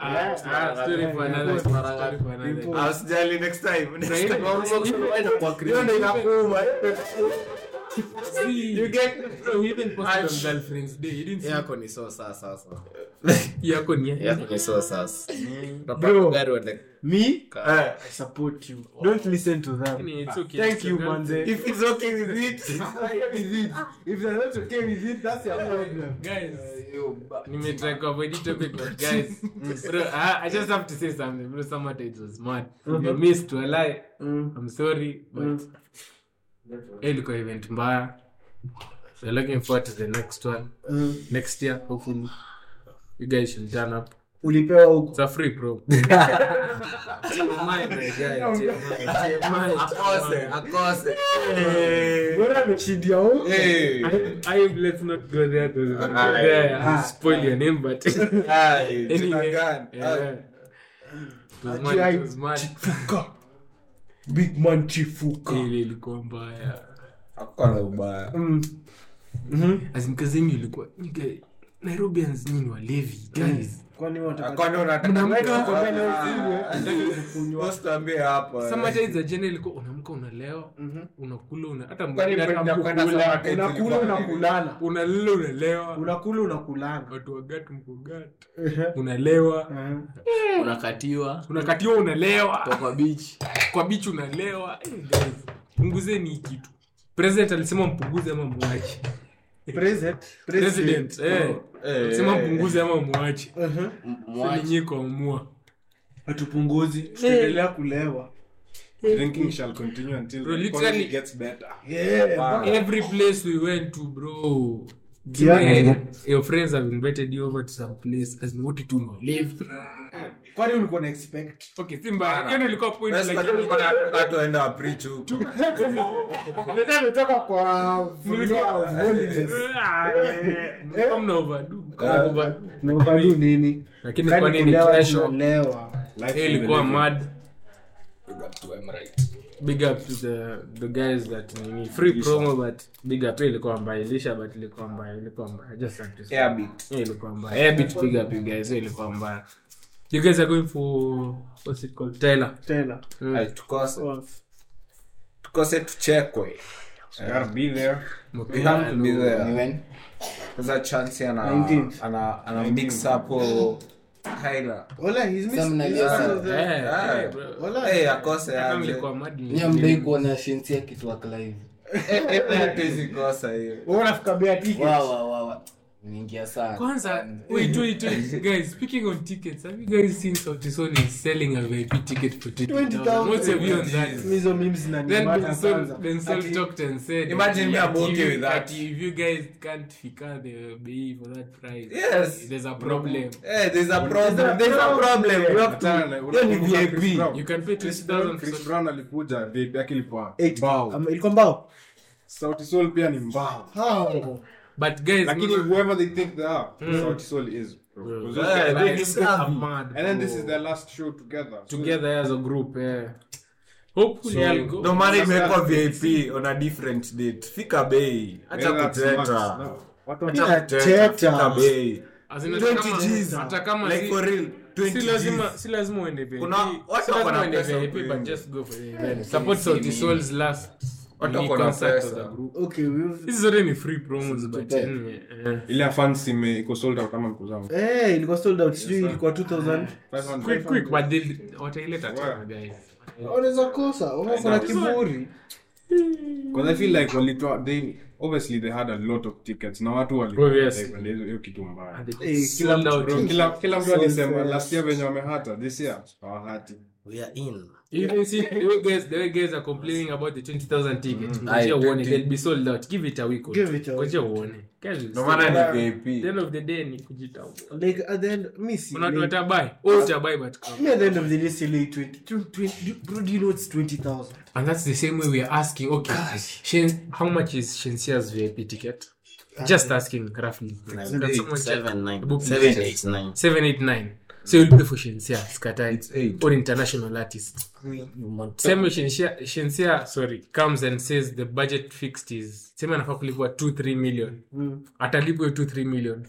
Speaker 3: ah, ah, story for another story for another.
Speaker 4: I'll see you next time. Next "Oh, time.
Speaker 6: Hiyo
Speaker 4: Ndio inakuuma.
Speaker 3: See,
Speaker 4: You get
Speaker 3: bro, you didn't post it on girlfriend's day. You didn't see
Speaker 6: yako ni so saa sasa
Speaker 3: yako ni
Speaker 6: yako ni so sasa
Speaker 7: Mm.
Speaker 2: Bro.
Speaker 4: me? Uh,
Speaker 2: Eh, i support you don't listen to them Ah,
Speaker 3: It's okay.
Speaker 2: thank
Speaker 3: It's your
Speaker 2: you
Speaker 3: girlfriend.
Speaker 2: manze
Speaker 4: if it's okay with it.
Speaker 2: if they're not okay with it that's your problem
Speaker 3: guys nimetry kuavoid hii topic but guys bro I, i just have to say something bro somewhat it was mad you missed to a lie i'm sorry but hii ilikuwa event mbaya we're looking forward to the next one next year hopefully you guys should turn up
Speaker 2: ulipewa huko
Speaker 3: it's a free pro
Speaker 4: Akose, akose. eh. Hey.
Speaker 2: bora ameshindia huko
Speaker 4: Hey.
Speaker 3: I, let's not go there because yeah, I'll spoil your name but
Speaker 4: Hey.
Speaker 3: anyway yeah.
Speaker 4: Hey.
Speaker 3: It
Speaker 2: Ah,
Speaker 3: was mad, it was mad.
Speaker 2: big man chifuka
Speaker 3: ile ilikuwa mbaya
Speaker 4: Hakuna ubaya.
Speaker 2: Mm. Mm-hmm.
Speaker 3: As in, 'cause then ilikuwa you guys- nairobians nini walevi guys
Speaker 2: kwani
Speaker 4: Kwani unataka-
Speaker 3: Mnamka
Speaker 4: Ah,
Speaker 3: huko mbele
Speaker 4: Boss tuambie hapa.
Speaker 3: samatides za jene ilikuwa unamka unalewa
Speaker 2: Mm-hmm.
Speaker 3: unakula una hata
Speaker 4: Kwani
Speaker 3: mwingine hata
Speaker 4: kwenda- kwenda
Speaker 3: hamkukula.
Speaker 4: samatides
Speaker 2: unakula
Speaker 4: ilikuwa-
Speaker 2: unakulala
Speaker 3: unalala unalewa
Speaker 2: unakula unakulala
Speaker 3: watu wagatu mkogatu unalewa
Speaker 2: Eh.
Speaker 6: unakatiwa
Speaker 3: unakatiwa unalewa
Speaker 6: kwa bichi
Speaker 3: kwa bichi unalewa Eh, guys, punguzeni hii kitu president alisema mpunguze ama mwache
Speaker 2: President-
Speaker 3: president eh,
Speaker 4: Eh,
Speaker 3: alisema
Speaker 4: eh.
Speaker 3: mpunguze ama mwache
Speaker 2: Aha.
Speaker 3: Sasa nyinyi kuamua
Speaker 2: hatupunguzi tutaendelea kulewa
Speaker 5: Drinking shall continue until
Speaker 3: Bro,
Speaker 5: the
Speaker 3: literally-
Speaker 5: economy gets better.
Speaker 3: every place we went to bro
Speaker 2: Yeah.
Speaker 3: Eh, your friends have invited you over to some place as in what you do not live
Speaker 2: kwani ulikuwa na expect
Speaker 3: okay simba hiyo ndio ilikuwa point
Speaker 4: Basi
Speaker 3: like
Speaker 4: bado nilikuwa nataka tuende wapreach huko.
Speaker 5: Eh,
Speaker 2: nilitoka kwa
Speaker 3: Ah, eh, mko mna overdo, mko mna
Speaker 5: eh,
Speaker 3: overdo.
Speaker 2: nabadu nini
Speaker 3: lakini kwa
Speaker 2: kwani
Speaker 3: nini
Speaker 2: kulewa
Speaker 3: kesho
Speaker 2: tunalewa
Speaker 5: Life
Speaker 3: eh,
Speaker 5: will be
Speaker 3: ilikuwa
Speaker 5: living.
Speaker 3: mad big up to the the guys that nini free promo but big up eh, ilikuwa mbaya ilisha but ilikuwa mbaya ilikuwa mbaya just like this Yeah, ilikuwa mbaya Eh, bit big up you guys Eh, ilikuwa mbaya you guys are going for what's it called Taylor
Speaker 2: tena
Speaker 4: Ay, tukose-
Speaker 2: Of.
Speaker 4: tukose tuchekwe
Speaker 5: I gotta be there.
Speaker 4: We have to be there.
Speaker 7: Ni when?
Speaker 4: There's a chance ana
Speaker 2: 19th.
Speaker 4: ana ana mix up oh, Tyler.
Speaker 2: Ola, he's missed-
Speaker 7: Some
Speaker 2: he's
Speaker 7: Nigeria.
Speaker 2: missed the-
Speaker 3: Eh,
Speaker 4: Ah.
Speaker 3: eh, bro.
Speaker 2: Ola,
Speaker 4: Eh, akose
Speaker 3: Kama
Speaker 4: aje.
Speaker 3: mlikuwa mad ni-
Speaker 7: Nyie mdai kuona shensi akitwak live.
Speaker 4: Eh, eh, hatuwezi kosa hiyo.
Speaker 2: Wewe unafika bea ticket.
Speaker 7: Wa, wa, wa, wa. Niingia sana.
Speaker 3: kwanza wait wait wait guys speaking on tickets have you guys seen Sauti Sol is selling a VIP ticket for 20,000 what's your view on that
Speaker 2: Hizo memes
Speaker 3: Then
Speaker 2: zinanibana
Speaker 3: Ben Sol,
Speaker 2: kwanza.
Speaker 3: ben Sol
Speaker 2: Ati-
Speaker 3: talked and said,
Speaker 4: Imagine me, I'm
Speaker 3: that
Speaker 4: okay
Speaker 3: you-
Speaker 4: with that.
Speaker 3: that If you guys can't figure the bei for that price,
Speaker 4: Yes.
Speaker 3: there's a problem.
Speaker 4: Eh, there's a problem. There's a problem. We have to-
Speaker 5: Hapana,
Speaker 4: Hiyo ni
Speaker 5: unakumbuka Chris
Speaker 4: VIP.
Speaker 5: Brown?
Speaker 3: You can pay
Speaker 5: Chris
Speaker 3: 20,000
Speaker 5: Brown-
Speaker 3: for
Speaker 5: Chris
Speaker 3: Sol.
Speaker 5: Brown alikuja VIP yake ilikuwa
Speaker 2: Eight.
Speaker 5: mbao.
Speaker 2: Am- ilikuwa mbao
Speaker 5: Sauti Sol pia ni mbao.
Speaker 2: Hao.
Speaker 3: But guys,
Speaker 5: Lakini
Speaker 3: those-
Speaker 5: whoever they think they are, Sauti Sol is, bro.
Speaker 3: Hmm.
Speaker 5: 'Cause those
Speaker 4: Eh,
Speaker 5: guys-
Speaker 4: they
Speaker 3: guys
Speaker 4: deserve
Speaker 3: are
Speaker 4: it.
Speaker 3: mad,
Speaker 5: And then this
Speaker 3: bro.
Speaker 5: is their last show together. So
Speaker 3: together as a group. eh. Hopefully I'll go.
Speaker 4: Ndio maana imewekwa vip on a different date fika bei hacha
Speaker 5: whether that's
Speaker 4: kuteta
Speaker 5: Max- no, watu wa-
Speaker 4: Acha kuteta, fika bei
Speaker 3: As in, hata
Speaker 4: 20
Speaker 3: kama-
Speaker 4: Gs.
Speaker 3: hata kama
Speaker 4: Like
Speaker 3: si-
Speaker 4: for real,
Speaker 3: si
Speaker 4: 20
Speaker 3: lazima-
Speaker 4: Gs.
Speaker 3: si lazima uende VIP.
Speaker 4: Kuna- watu
Speaker 3: Si lazima
Speaker 4: wako na
Speaker 3: uende
Speaker 4: pesa
Speaker 3: VIP,
Speaker 4: kweli.
Speaker 3: but just go for the event. Support Sauti Sol's last
Speaker 4: Watu
Speaker 3: mini
Speaker 4: wako na
Speaker 3: concert
Speaker 4: pesa.
Speaker 3: of the group.
Speaker 2: Okay, we've-
Speaker 3: Hizi zote ni free promos, but,
Speaker 7: tupee.
Speaker 3: mm, eh, eh.
Speaker 5: ile fancy ime- iko sold out kama mko zangu.
Speaker 2: Eh, ilikuwa sold out sijui ilikuwa 2000
Speaker 5: 500.
Speaker 3: uh, Quick, quick, but they'll- wataileta tena, guys.
Speaker 2: unaweza kosa unakona kiburi
Speaker 5: Because I feel like walitoa they obviously they had a lot of tickets na watu walikuwa
Speaker 3: Oh, yes.
Speaker 5: like, walizo- hiyo kitu mbaya.
Speaker 3: And they
Speaker 2: Eh,
Speaker 3: got
Speaker 2: kila
Speaker 3: sold out.
Speaker 5: Bro, kila kila mtu
Speaker 2: So
Speaker 5: alisema
Speaker 2: sad.
Speaker 5: last year venye wamehata this year hawahati.
Speaker 6: we are in
Speaker 3: You can see the way guys, the way guys are complaining about the 20,000 tickets. Ngojea uone, they'll be sold out. Give it a week or
Speaker 2: Mm. Give
Speaker 3: two.
Speaker 2: it a
Speaker 3: Ngojea uone. Guys, it's-
Speaker 4: ndio maana ni
Speaker 3: At the
Speaker 4: vip
Speaker 3: end of the day ni kujitambua.
Speaker 2: like at the end mi si
Speaker 3: Kuna watu
Speaker 2: like,
Speaker 3: watabuy. Wewe utabuy but come.
Speaker 2: me at the end of the day si late 20 tu- 20 bro do you know it's 20000
Speaker 3: And that's the same way we are asking, okay, Shen- how much is Shensia's VIP ticket? Just asking roughly. Can someone check? Book me.
Speaker 6: 789
Speaker 3: 789. So you'll pay for Shensia, skatai.
Speaker 4: eight.
Speaker 3: Or international artist. Sema Shensia, Shensia, sorry, comes and says the budget fixed is, sema anafaa kulipwa 2-3 million. Atalipwa 2-3 million.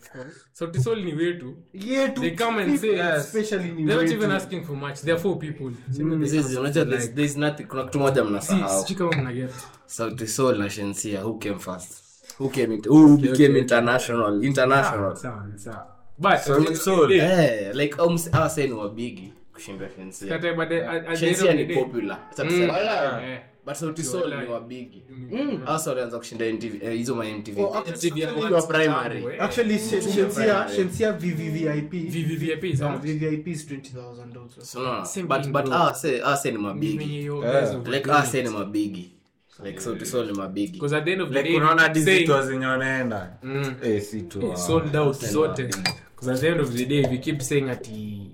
Speaker 3: Sauti Sol ni wetu.
Speaker 2: yeah
Speaker 3: They come and say, yes.
Speaker 2: especially ni
Speaker 3: They're not
Speaker 2: wetu.
Speaker 3: even asking for much. They're four people. Sema they come
Speaker 6: Mzizi, unajua there's- there's nothing- kuna kitu moja mnasahau
Speaker 3: sijui kama mnaget
Speaker 6: sauti sol na shensia who came first who came int- who became international international
Speaker 4: Sauti Sol.
Speaker 6: eh like almost our saying wa bigi kushinda shensia shensia ni popular Sasa tuseme, but sauti sol ni wa bigi hasa walianza kushinda NTV, eh, hizo ma MTV
Speaker 7: Oh,
Speaker 6: Wa primary
Speaker 3: eh.
Speaker 6: Eh.
Speaker 2: actually Shen- shensia shensia vvvip
Speaker 3: vvvpvenye
Speaker 2: vvip is 20000 also
Speaker 6: So, no,
Speaker 3: Same
Speaker 6: but
Speaker 3: thing,
Speaker 6: but
Speaker 3: bro.
Speaker 6: our say our say ni mabigi like ah, our say ni mabigi like sauti sol ni mabigi
Speaker 3: because at the end of the
Speaker 4: like
Speaker 3: day
Speaker 4: unaona
Speaker 3: saying,
Speaker 4: dizitwa zenye wanaenda
Speaker 3: Mm.
Speaker 4: eh si tu
Speaker 3: it's sold out zote
Speaker 6: Same.
Speaker 3: because at the end of the day if you keep saying ati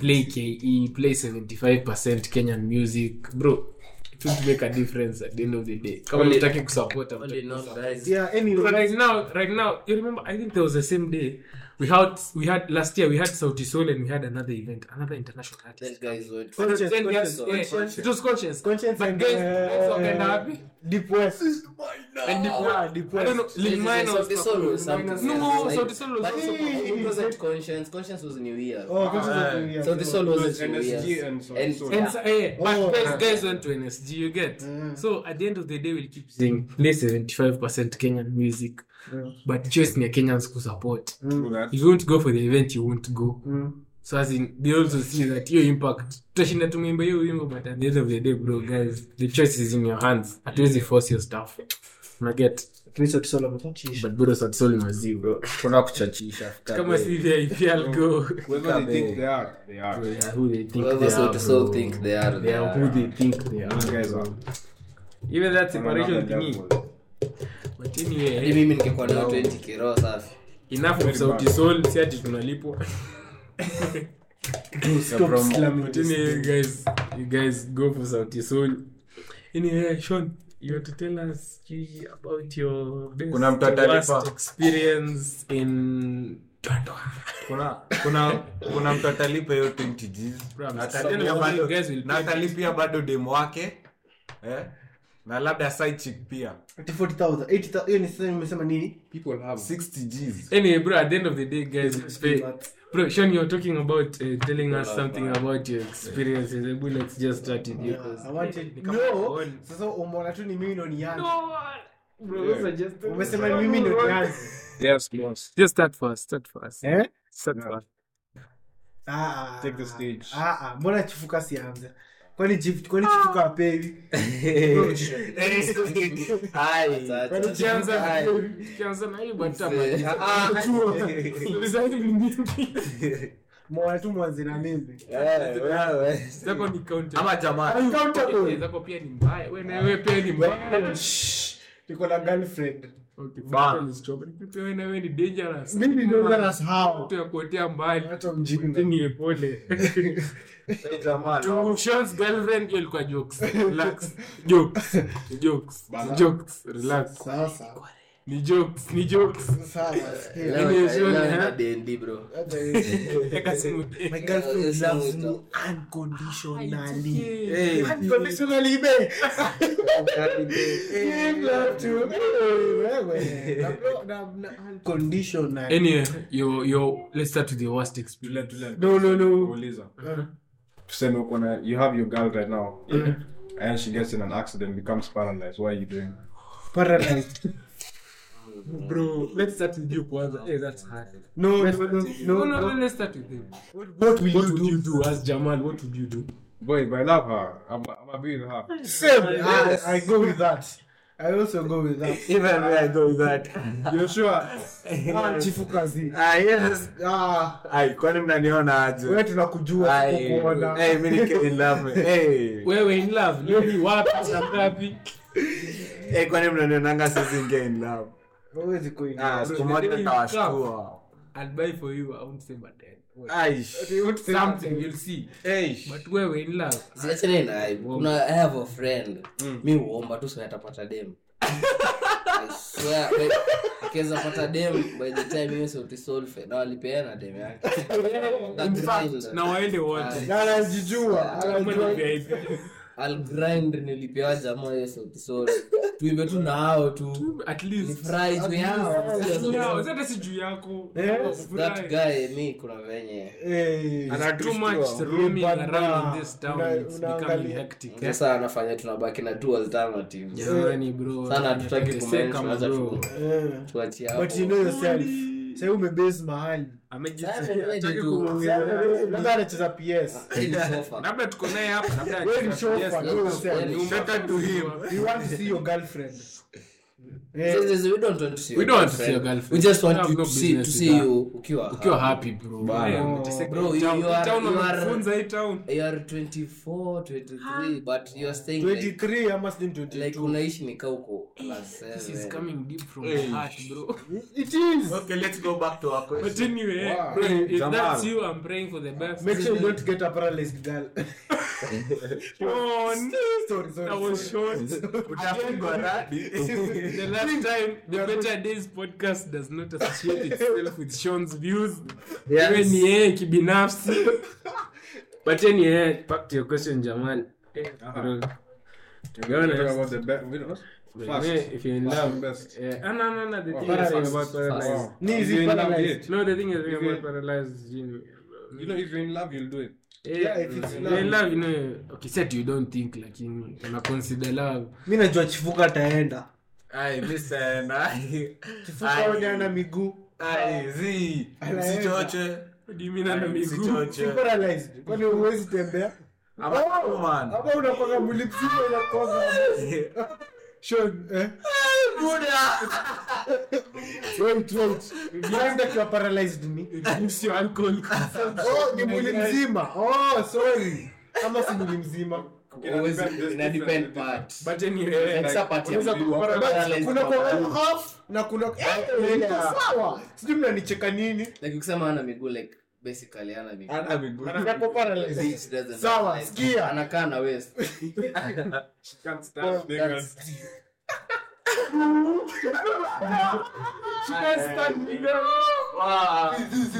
Speaker 3: play ke play 75% kenyan music bro it won't make a difference at the end of the day kama
Speaker 6: Only-
Speaker 3: mtaki kusupport
Speaker 6: Only
Speaker 3: hamtaki
Speaker 6: not guys
Speaker 2: yeah
Speaker 3: But
Speaker 2: anyway
Speaker 3: right now, right now, you remember? I think there was the same day we had we had last year we had Sauti Sol and we had another event, another international artist.
Speaker 6: Those guys were-
Speaker 2: Conscious,
Speaker 3: Then we had-
Speaker 2: conscious,
Speaker 3: yeah,
Speaker 2: conscious.
Speaker 3: it was conscious.
Speaker 2: Conscious
Speaker 3: But
Speaker 2: and,
Speaker 3: guys,
Speaker 2: uh,
Speaker 3: guys wakaenda wapi?
Speaker 2: Deep West. Oh,
Speaker 3: And Deep
Speaker 2: Ah,
Speaker 3: West.
Speaker 2: Deep
Speaker 3: I don't know.
Speaker 2: West.
Speaker 3: Lil
Speaker 6: Yes,
Speaker 3: Minor
Speaker 6: yes, Sauti
Speaker 3: was-
Speaker 6: Sol was something
Speaker 3: No,
Speaker 6: else, like-
Speaker 3: Sauti Sol was-
Speaker 6: but also,
Speaker 2: Hey.
Speaker 6: it wasn't conscience. Conscience was New Year.
Speaker 2: Oh, conscious and New Year.
Speaker 6: So this all was
Speaker 5: It was NSG and Sauti Sol.
Speaker 3: And so, eh, but
Speaker 2: Oh. Mm.
Speaker 3: guys, guys went to NSG, you get. So at the end of the day, we'll keep saying play 75% Kenyan music,
Speaker 2: Mm.
Speaker 3: but just near Kenyans who support.
Speaker 5: True that.
Speaker 3: If you won't go for the event, you won't go. So as in, they also see that your impact. Tutashinda tumeimba hiyo wimbo, but at the end of the day, bro, guys, the choice is in your hands. Hatuwezi force your stuff. Una get. But bro, Sauti Sol mazi, bro.
Speaker 4: tunakuchachisha
Speaker 3: Kama si VIPL go.
Speaker 5: Whoever they think they are, they are.
Speaker 3: They are who they think
Speaker 6: Whoever
Speaker 3: they are,
Speaker 6: Sauti Sol
Speaker 3: bro.
Speaker 6: think they are,
Speaker 3: They
Speaker 6: they
Speaker 3: are
Speaker 6: are.
Speaker 3: who they think they are.
Speaker 5: These guys
Speaker 2: um,
Speaker 5: are.
Speaker 3: even that separation
Speaker 5: Another
Speaker 3: thingy
Speaker 5: level.
Speaker 3: but anyway
Speaker 6: Hadi mimi ningekuwa nao 20k roho safi
Speaker 3: enough of sauti sol si ati tunalipwa but anyway guys you guys go for sauti sol anyway Sean you want to tell us eh, about your best
Speaker 4: Kuna mtu
Speaker 3: worst
Speaker 4: atalipa.
Speaker 3: experience in Tondoa.
Speaker 4: kuna kuna kuna mtu atalipa hiyo 20 Gs.
Speaker 3: Bro, I'm
Speaker 4: Na
Speaker 3: telling
Speaker 4: atalipia
Speaker 3: you,
Speaker 4: bado-
Speaker 3: guys will
Speaker 4: na
Speaker 3: pay.
Speaker 4: atalipia bado demo wake eh? na labda side chick pia
Speaker 2: 40,000, 80,000, hiyo ni sasa nimesema nini?
Speaker 4: 60 Gs.
Speaker 3: anyway bro at the end of the day guys you pay bro Sean you're talking about uh, telling us something about your experiences Ebu let's just start with you
Speaker 2: I want to
Speaker 3: Ni kama
Speaker 2: know.
Speaker 3: kuona.
Speaker 2: Sasa umeona tu ni mimi ndo nianze.
Speaker 3: No, bro, those are just-
Speaker 2: Umesema ni mimi ndo nianze.
Speaker 5: Yes, boss.
Speaker 3: Just start first. Start first.
Speaker 2: Eh?
Speaker 3: Start
Speaker 5: Yeah.
Speaker 3: first.
Speaker 2: Ah, ah,
Speaker 5: Take the stage.
Speaker 2: ah, ah, mbona chifuka sianza kwani chif- kwani chifuka apewi
Speaker 6: Tatu.
Speaker 3: Tukianza tukianza na hii bata
Speaker 4: Ah,
Speaker 3: mali.
Speaker 2: mwana tu mwanze na mimi
Speaker 3: Zako ni counter.
Speaker 4: ama jamaa
Speaker 3: Eh, zako pia ni mbaya. Wewe na wewe pia ni mbaya.
Speaker 2: niko na girlfriend
Speaker 3: Okay,
Speaker 4: Ba.
Speaker 3: fuck is strawberry. Pia wewe na wewe ni dangerous.
Speaker 2: mimi ndo
Speaker 3: Mtu
Speaker 2: that's how
Speaker 3: ya kuotea mbali.
Speaker 2: hata mjinga
Speaker 3: Ni pole. To Sean's girlfriend hiyo ilikuwa jokes. Relax. Jokes. Jokes. Jokes. Relax.
Speaker 2: sasa
Speaker 3: Ni jokes. Ni jokes.
Speaker 2: sasa sikia.
Speaker 6: Leo-
Speaker 3: Yaani, sio ni,
Speaker 6: leo
Speaker 3: eh?
Speaker 6: na D&D bro.
Speaker 2: Hata hii-
Speaker 3: Eka simu.
Speaker 2: my girlfriend
Speaker 6: Yes, no,
Speaker 2: loves
Speaker 6: it's
Speaker 2: me
Speaker 6: not.
Speaker 2: unconditionally
Speaker 3: Eh.
Speaker 2: unconditionally babe give love to me wewe Na bro- na- na unconditionally
Speaker 3: Anyway, your your let's start with your worst experience.
Speaker 5: Tule, tule.
Speaker 2: no no no
Speaker 5: Kuuliza.
Speaker 3: Mm-hmm.
Speaker 5: Tuseme uko na you have your girl right now.
Speaker 3: Mm-hmm.
Speaker 5: And she gets in an accident, becomes paralyzed. What are you doing?
Speaker 2: paralyzed
Speaker 3: Bro, let's start with you kwanza. Hey, that's hard.
Speaker 2: no no no
Speaker 3: No,
Speaker 2: no
Speaker 3: no, no, let's start with him.
Speaker 2: what will
Speaker 3: What
Speaker 2: you
Speaker 3: would
Speaker 2: do
Speaker 3: you do as Jamal? What would you do?
Speaker 5: Boy, if I love her, I'm, I'm a be with her.
Speaker 2: Same. I, I go with that. I also go with that.
Speaker 4: even where i go with that
Speaker 5: You sure?
Speaker 2: Ah, chifu kazi.
Speaker 4: ah yes
Speaker 2: Ah,
Speaker 4: ai kwani mnaniona
Speaker 2: wewe
Speaker 4: aje
Speaker 2: tunakujua
Speaker 4: Ai,
Speaker 2: tukukuona.
Speaker 4: eh, mimi ni Kevin Love. Eh,
Speaker 3: Wewe in love, leo ni wapi? Saa ngapi?
Speaker 4: eh, kwani mnanionanga sisi nge in love?
Speaker 2: Huwezi kuingia.
Speaker 4: Ah, siku moja nitawashtua.
Speaker 3: I'll buy for you. I won't say but then.
Speaker 6: Ah,
Speaker 3: Wait.
Speaker 4: Ai,
Speaker 3: Something you'll see.
Speaker 4: eh.
Speaker 3: But wewe in love.
Speaker 6: Siachane na aibu. Kuna- I have a friend. Mi huomba tu so atapata dem. I swear, like, akiweza pata dem by the time hiyo Sauti Sol fe- na walipeana dem yake.
Speaker 3: In fact,
Speaker 6: Grind.
Speaker 3: na waende
Speaker 6: Ah.
Speaker 3: wote.
Speaker 2: Na anajijua,
Speaker 3: Kama ni
Speaker 2: anajua.
Speaker 3: VIP.
Speaker 6: I'll grind nilipewa jamaa hiyo Sauti Sol. Tuimbe tu na hao tu.
Speaker 3: At least.
Speaker 6: Nifurahi juu yao.
Speaker 3: Leo, sasa si juu yako.
Speaker 2: Yes,
Speaker 6: That guy mi kuna venye
Speaker 2: Eh,
Speaker 3: Too much roaming around in this town. It's becoming hectic.
Speaker 6: sasa anafanya tunabaki na two alternatives
Speaker 3: Jamani bro.
Speaker 6: sana hatutaki
Speaker 3: tunateseka, bro.
Speaker 6: kumanisha
Speaker 2: eh.
Speaker 6: tuachie
Speaker 2: But you know yourself. Sasa umebase mahali. Labda anacheza PS.
Speaker 6: Ah. hapo
Speaker 3: labda tuko naye hapa labda
Speaker 2: Wewe ni
Speaker 3: ati-
Speaker 2: chauffeur, know yourself.
Speaker 6: Yes,
Speaker 2: You want to see your girlfriend.
Speaker 6: Yes,
Speaker 2: Eh,
Speaker 6: yes, we don't want to see
Speaker 3: We
Speaker 6: your
Speaker 3: don't want to see
Speaker 6: girlfriend.
Speaker 3: your girlfriend.
Speaker 6: We just want
Speaker 3: We have
Speaker 6: to
Speaker 3: no
Speaker 6: see-
Speaker 3: business with
Speaker 6: to see
Speaker 3: her.
Speaker 6: you ukiwa
Speaker 3: ukiwa
Speaker 6: happy.
Speaker 3: happy bro Yeah, umeteseka.
Speaker 6: Bro, you-
Speaker 3: Town-
Speaker 6: you are-
Speaker 3: town
Speaker 6: you are-
Speaker 3: wamefunza hii town.
Speaker 6: You are 24, 23, but you are staying like-
Speaker 2: 23 ama slim
Speaker 6: like
Speaker 2: 22.
Speaker 6: unaishi nikaa huko
Speaker 3: Eh, This is coming deep from the heart, bro.
Speaker 2: It is.
Speaker 4: Okay, let's go back to our question.
Speaker 3: But anyway, bro, if that's you, I'm praying for the best.
Speaker 2: Make sure you don't get a paralyzed girl.
Speaker 3: Porn.
Speaker 7: Sorry, sorry,
Speaker 3: I was
Speaker 7: sorry.
Speaker 3: short.
Speaker 4: utafungwa radi
Speaker 3: The last time, the Better Days podcast does not associate itself with Sean's views. Iwe ni yeye eh, kibinafsi. But anyway, back to your question, Jamal. Eh, bro.
Speaker 5: To
Speaker 3: be honest-
Speaker 5: Uh-huh. Talk about the best. We don't. Fast.
Speaker 3: Eh, if you're in
Speaker 5: Fast
Speaker 3: love,
Speaker 5: and best.
Speaker 3: eh, ah, no, no, no, the
Speaker 5: Wow.
Speaker 3: thing
Speaker 5: Fast.
Speaker 3: is-
Speaker 5: About
Speaker 7: Fast.
Speaker 5: paralyzed.
Speaker 2: Knees
Speaker 5: If you're in love,
Speaker 2: paralyzed.
Speaker 5: you do it.
Speaker 3: No, the thing is, if
Speaker 5: you-
Speaker 3: you're paralyzed, you know,
Speaker 5: You know, if you're in love, you'll do it.
Speaker 3: Eh,
Speaker 2: Yeah, if it's
Speaker 3: eh,
Speaker 2: love.
Speaker 3: love, you know, okay, set you don't think, lakini una consider love.
Speaker 2: mi najua chifuka ataenda
Speaker 4: ai mi sena
Speaker 2: chifuka onyana miguu
Speaker 4: ai zi
Speaker 2: Anaenda.
Speaker 4: msichoche
Speaker 3: What do you mean ana miguu?
Speaker 4: msichoche
Speaker 2: Si paralyzed. kwani huwezi tembea
Speaker 4: Ama- oh, man.
Speaker 2: ama unakwanga mwili mzima unakwanga Sean, eh? Wait, wait. Mimi ndio paralyzed ni
Speaker 3: Reduce your alcohol
Speaker 2: oh ni mwili mzima oh sorry kama si mwili mzima
Speaker 5: Always- ina depend part.
Speaker 3: But anyway,
Speaker 5: Like, unaweza kuwa
Speaker 2: But kuna kwa half na kuna Eh, iko sawa sijui mnanicheka nini
Speaker 6: like ukisema ana miguu like basically ana miguu
Speaker 4: Ana miguu.
Speaker 2: Nako paralyzed
Speaker 6: Bitch doesn't
Speaker 2: Sawa,
Speaker 6: have legs.
Speaker 2: sikia.
Speaker 6: anakaa na west
Speaker 5: Can't stand niggas.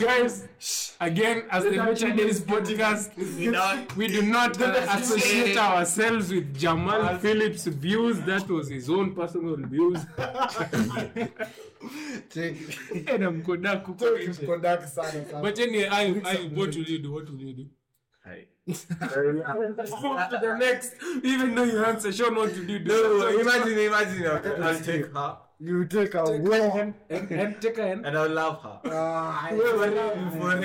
Speaker 3: guys, again, as the Nature Days podcast, we do not uh, associate ourselves with Jamal Phillips' views. That was his own personal views. And I'm gonna cook it.
Speaker 2: Tuko dark sana sana
Speaker 3: But anyway, I, I, what will you do? What will you do? Move to the next. Even though you answer, Sean, what will you
Speaker 4: No,
Speaker 3: do?
Speaker 4: imagine, imagine I'll, I'll take her
Speaker 2: you take a one
Speaker 3: And, and take a hand.
Speaker 4: and I'll love her.
Speaker 2: Ah,
Speaker 4: For real.
Speaker 2: yeah,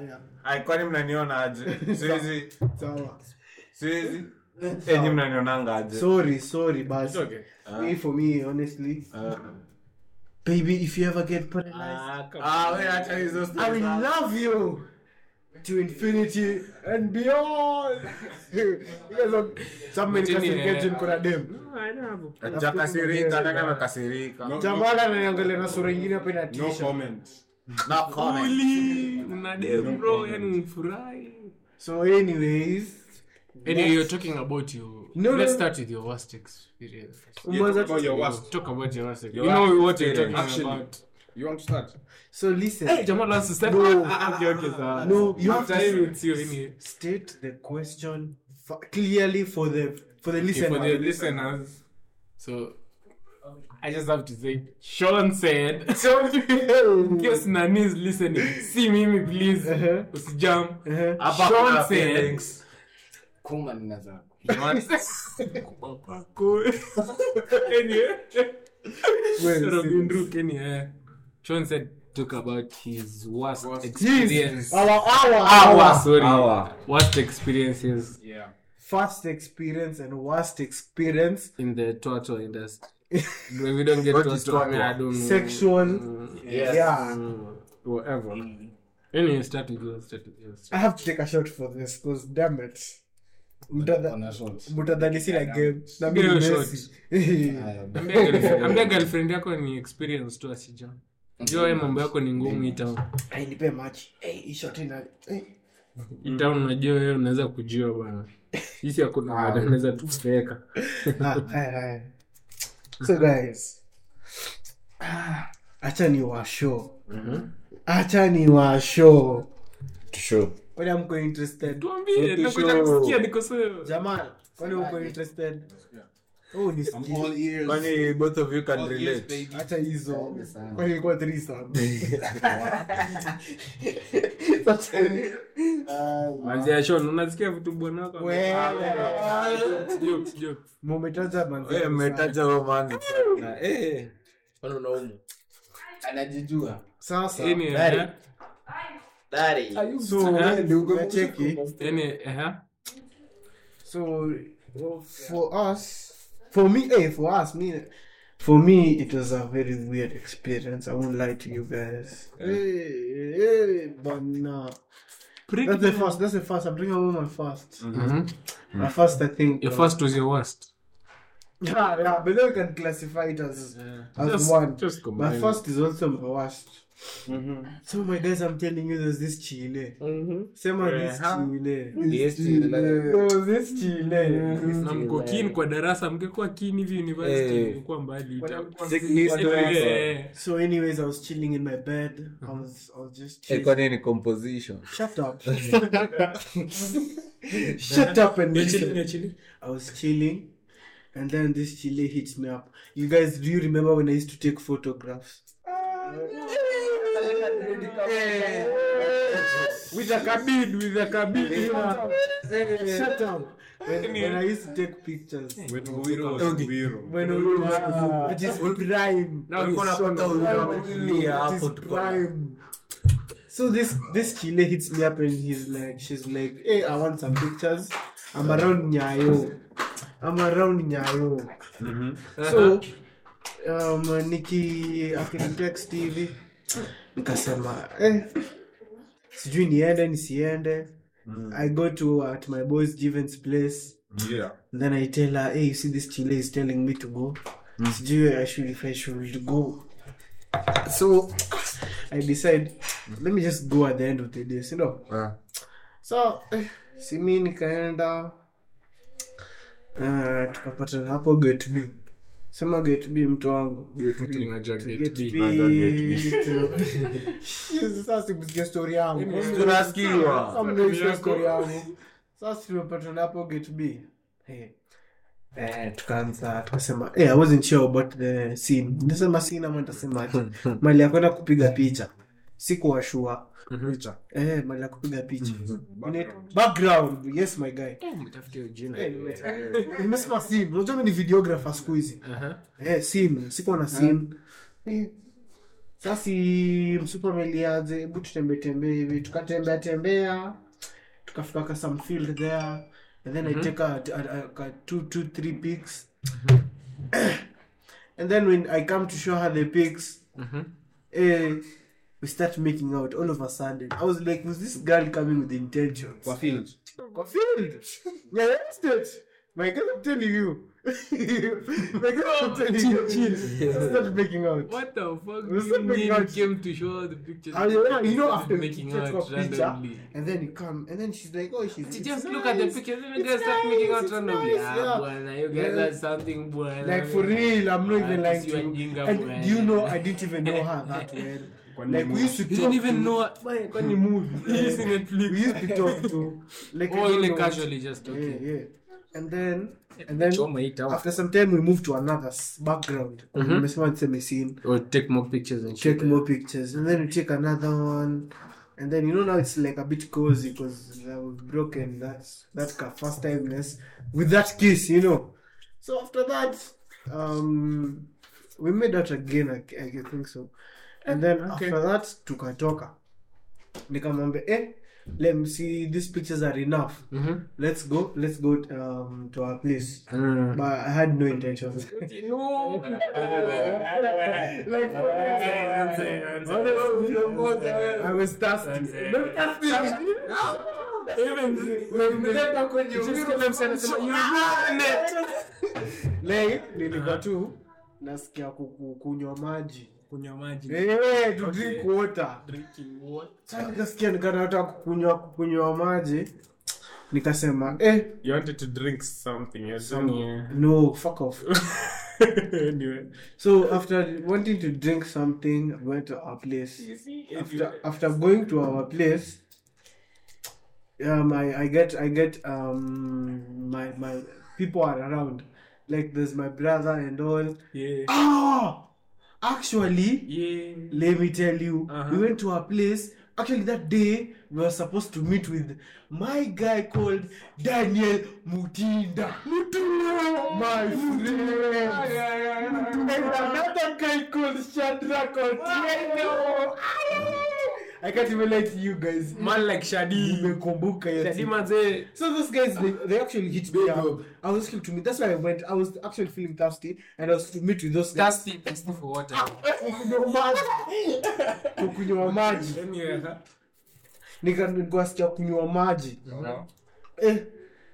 Speaker 2: yeah.
Speaker 4: Ai, kwani mnaniona aje? Siwezi,
Speaker 2: sawa
Speaker 4: siwezi. Enyi mnanionanga aje?
Speaker 2: sorry sorry basi
Speaker 3: okay.
Speaker 2: me for me honestly
Speaker 4: Uh,
Speaker 2: baby if you ever get paralyzed
Speaker 3: Ah, come on.
Speaker 4: Ah, wewe acha hizo
Speaker 2: I
Speaker 4: stories.
Speaker 2: will love you to infinity and beyond. you guys are some men kasirikeje kuna dem.
Speaker 3: I don't have a
Speaker 4: Hajakasirika, nani amekasirika?
Speaker 5: No-
Speaker 2: Jamaa ananiangalia na sura nyingine hapa
Speaker 5: No
Speaker 2: inatisha.
Speaker 5: comment.
Speaker 4: No comment.
Speaker 3: Uli, una dem bro, yani umfurahi.
Speaker 2: So anyways,
Speaker 3: Anyway, you're talking about your.
Speaker 2: No, no,
Speaker 3: let's
Speaker 2: no.
Speaker 3: start with your worst experience.
Speaker 5: You
Speaker 2: umeanza
Speaker 5: talk about your worst.
Speaker 3: Talk about your worst.
Speaker 4: Your
Speaker 3: you know
Speaker 4: worst
Speaker 3: what you're talking
Speaker 4: experience.
Speaker 5: Actually.
Speaker 3: about.
Speaker 5: You want to start?
Speaker 2: so listen.
Speaker 3: Hey, Jamal wants to step.
Speaker 2: No.
Speaker 3: Ah, ah, okay, okay, sir.
Speaker 2: No, you have
Speaker 3: After
Speaker 2: to
Speaker 3: him, it's you anyway.
Speaker 2: State the question fa- clearly for the for the
Speaker 3: Okay,
Speaker 2: listener.
Speaker 3: for the listeners, so I just have to say, Sean said. In case Nani is listening, see me, please.
Speaker 2: Uh-huh.
Speaker 3: Usijam.
Speaker 2: Uh-huh.
Speaker 4: Hapa
Speaker 3: Sean
Speaker 4: kuna
Speaker 3: said-
Speaker 4: feelings.
Speaker 6: kuma nina zangu
Speaker 3: anyway,
Speaker 2: Well,
Speaker 3: Robin
Speaker 2: serious.
Speaker 3: Rook, anyway. eh? Sean said talk about his worst,
Speaker 2: Jeez,
Speaker 3: experience.
Speaker 2: our our
Speaker 3: Our,
Speaker 2: our
Speaker 3: sorry,
Speaker 4: Our.
Speaker 3: worst experiences
Speaker 5: Yeah.
Speaker 2: first experience and worst experience
Speaker 3: in the turtle industry. we don't get
Speaker 4: What
Speaker 3: turtle,
Speaker 4: is
Speaker 3: I mean, I
Speaker 4: torture?
Speaker 3: don't know.
Speaker 2: sexual. Yeah.
Speaker 3: Mm, whatever. Anyway, start with yours. Start with yours.
Speaker 2: I have to take a shot for this because damn it. mtadhalisi na game na mimi
Speaker 3: Hiyo
Speaker 2: ni
Speaker 3: shot.
Speaker 2: Messi.
Speaker 3: Ambia girlfriend- ambia girlfriend yako ni experience tu asijam jua we mambo yako ni ngumu itaun
Speaker 2: Ai, nipe maji. Eh, hii shot ina- eh.
Speaker 3: itaun unajua wewe unaweza kujua bana sisi hakuna bana unaweza tupeka
Speaker 2: Ah, haya, haya.
Speaker 5: Mm-hmm.
Speaker 2: so guys ah, acha ni washo
Speaker 5: Mm-hmm.
Speaker 2: acha ni washo kwani mko interested
Speaker 3: tuambie nakuja kusikia nikosewe
Speaker 2: jamal kwani mko interested oh ni
Speaker 5: I'm
Speaker 2: skill
Speaker 5: all ears.
Speaker 4: Kwani both of you can
Speaker 5: All ears,
Speaker 4: relate?
Speaker 5: baby.
Speaker 2: acha hizo kwani ilikuwa three sana
Speaker 3: manzia shon unasikia vitu bwana wako
Speaker 5: Eh.
Speaker 2: Wewe.
Speaker 3: Jokes, jokes.
Speaker 2: mumetaja manzi
Speaker 4: Wewe umetaja romance. Na, eh,
Speaker 6: Kwani unaumu anajijua
Speaker 2: sasa
Speaker 3: Any, eh,
Speaker 6: Daddy.
Speaker 3: eh,
Speaker 6: dari
Speaker 2: so
Speaker 3: Eh?
Speaker 2: wewe cheki
Speaker 3: any, eh,
Speaker 2: So for us, for me, hey, for us, me, for me, it was a very weird experience. I won't lie to you guys. Hey, hey, but no,
Speaker 3: prick.
Speaker 2: that's the first. That's the first. I'm bringing home my first.
Speaker 4: Mm-hmm.
Speaker 3: Mhm.
Speaker 2: My first, I think.
Speaker 3: Your
Speaker 2: uh,
Speaker 3: first was your worst.
Speaker 2: Yeah, yeah, but then we can classify it as as
Speaker 3: Just-
Speaker 2: one.
Speaker 3: just combine
Speaker 2: but
Speaker 3: it.
Speaker 2: first is also the worst.
Speaker 4: Mm-hmm.
Speaker 2: So my guys, I'm telling you, there's this chile.
Speaker 3: Mm-hmm.
Speaker 2: Sema this chile.
Speaker 4: Yes, chile. Mm-hmm.
Speaker 2: There was this chile.
Speaker 3: na mko kini kwa darasa mngekuwa kini hivi university
Speaker 4: Eh.
Speaker 3: ingekuwa mbali itakuwa
Speaker 4: Sick
Speaker 3: mzuri.
Speaker 4: history.
Speaker 3: Eh,
Speaker 2: So, anyways, I was chilling in my bed. I
Speaker 3: Mm-hmm.
Speaker 2: was, I was just chilling.
Speaker 4: ilikuwa Eh, nini composition
Speaker 2: Shut up. Shut up and listen. I was chilling, and then this chile hits me up. You guys, do you remember when I used to take photographs?
Speaker 3: with a kabid with a kabid yeah.
Speaker 2: Shut up. When, when I used to take pictures. When we were it is
Speaker 3: Ah.
Speaker 2: prime.
Speaker 3: Now you wanna
Speaker 2: So
Speaker 3: put down-
Speaker 2: prime. It is prime. So this this chile hits me up and he's like she's like, hey, I want some pictures. I'm around Nyayo. I'm around Nyayo. so um, niki akinitext hivi nikasema eh, sijui niende nisiende i go to at my boys givens place And then i tell her hey you see this chile is telling me to go sijui i should if i should go so i decide let me just go at the end of the day you know so eh, si mi nikaenda uh, tukapatana hapo gate b sema gate b mtu wangu
Speaker 3: Tunajua gate
Speaker 2: Gate
Speaker 3: B.
Speaker 2: B, tu- sasa sikusikia story yangu Sasa
Speaker 4: tunasikiwa
Speaker 2: mnaisha story yangu sasa tumepatana hapo gate b Eh. Eh, tukaanza tukasema eh, i wasn't sure about the scene nitasema scene ama nitasemaje mali ya kwenda kupiga picha sikuwa sure eh, mali ya kupiga picha background. background yes my guy Eh,
Speaker 3: Mtafute jina.
Speaker 2: nimesema simu unajua mimi ni videographer siku hizi eh, simu sikuwa na simu Eh, sasi msupa ameliaje hebu tutembee tembee hivi tukatembea tembea tukafika ka some field there and then i take a, a, a, a two, two, three pics Mhm. and then when i come to show her the pics eh, we start making out all of a sudden i was like was this girl coming with intentions Confirmed. Yeah, that's it. My girl, I'm telling you. My girl, I'm telling you. Chill. Start making out.
Speaker 3: What the fuck
Speaker 2: There's
Speaker 3: do you
Speaker 2: something
Speaker 3: mean you
Speaker 2: else.
Speaker 3: came to show the pictures?
Speaker 2: Ah, yeah, you know, after
Speaker 3: making
Speaker 2: you take
Speaker 3: out
Speaker 2: a picture,
Speaker 3: randomly.
Speaker 2: And then you come, and then she's like, oh, she's
Speaker 3: She
Speaker 2: it's
Speaker 3: Just
Speaker 2: nice.
Speaker 3: look at the pictures and you guys start
Speaker 2: nice,
Speaker 3: making out
Speaker 2: it's
Speaker 3: randomly.
Speaker 2: nice, yeah.
Speaker 3: Ah, bwana, you guys
Speaker 2: Yeah.
Speaker 3: are something bwana.
Speaker 2: Like for real, I'm not even
Speaker 3: Ah,
Speaker 2: lying to
Speaker 3: you are
Speaker 2: you.
Speaker 3: jinga
Speaker 2: And
Speaker 3: bwana.
Speaker 2: you know, I didn't even know her that well. Like we used to
Speaker 3: You
Speaker 2: talk
Speaker 3: didn't even
Speaker 2: to-
Speaker 3: know why kwani movie. Hii si
Speaker 2: We
Speaker 3: Netflix.
Speaker 2: used to talk to like I
Speaker 3: Oh,
Speaker 2: don't
Speaker 3: ile
Speaker 2: know.
Speaker 3: casually just
Speaker 2: Yeah,
Speaker 3: okay.
Speaker 2: yeah. And then and then
Speaker 3: Choma Mm-hmm. hii town.
Speaker 2: after some time we moved to another s- background. Nimesema niseme scene.
Speaker 3: Or take more pictures and shit.
Speaker 2: take more pictures and then you take another one and then you know now it's like a bit cozy because we've broken that that ka- first timeness with that kiss you know so after that um we made out again i, I think so and then after that tukatoka nikamwambia eh let me see these pictures are enough let's go let's go um, to our place but i had no intentions I was thirsty. Not thirsty. Nimeenda kwenye Like, nilikuwa tu nasikia ku- ku- kunywa maji
Speaker 3: Kunywa maji.
Speaker 2: Eh, to drink water
Speaker 3: Drinking water.
Speaker 2: Sasa nikasikia nikanataka kukunywa kukunywa maji nikasema eh
Speaker 8: You wanted to drink something. You're
Speaker 2: no fuck off
Speaker 8: anyway.
Speaker 2: So after wanting to drink something, I went to our place. After after going to our place, um, I, I get I get um my my people are around, like there's my brother and all.
Speaker 3: Yeah.
Speaker 2: Ah, actually,
Speaker 3: Yeah.
Speaker 2: let me tell you,
Speaker 3: Uh-huh.
Speaker 2: we went to our place. Actually, that day we were supposed to meet with my guy called Daniel Mutinda. Mutinda, my friend. And another guy called Shadrach Otieno. I can't even lie to you guys.
Speaker 3: Man like Shadi.
Speaker 2: Nimekumbuka yote.
Speaker 3: Shadi manze.
Speaker 2: So those guys, they, they actually hit me up. I was still to meet. That's why I went. I was actually feeling thirsty, and I was to meet with those guys.
Speaker 3: Thirsty, thirsty for water.
Speaker 2: Kukunywa maji. Kukunywa maji.
Speaker 3: Anyway,
Speaker 2: Nika- nikasikia kunywa maji. Eh,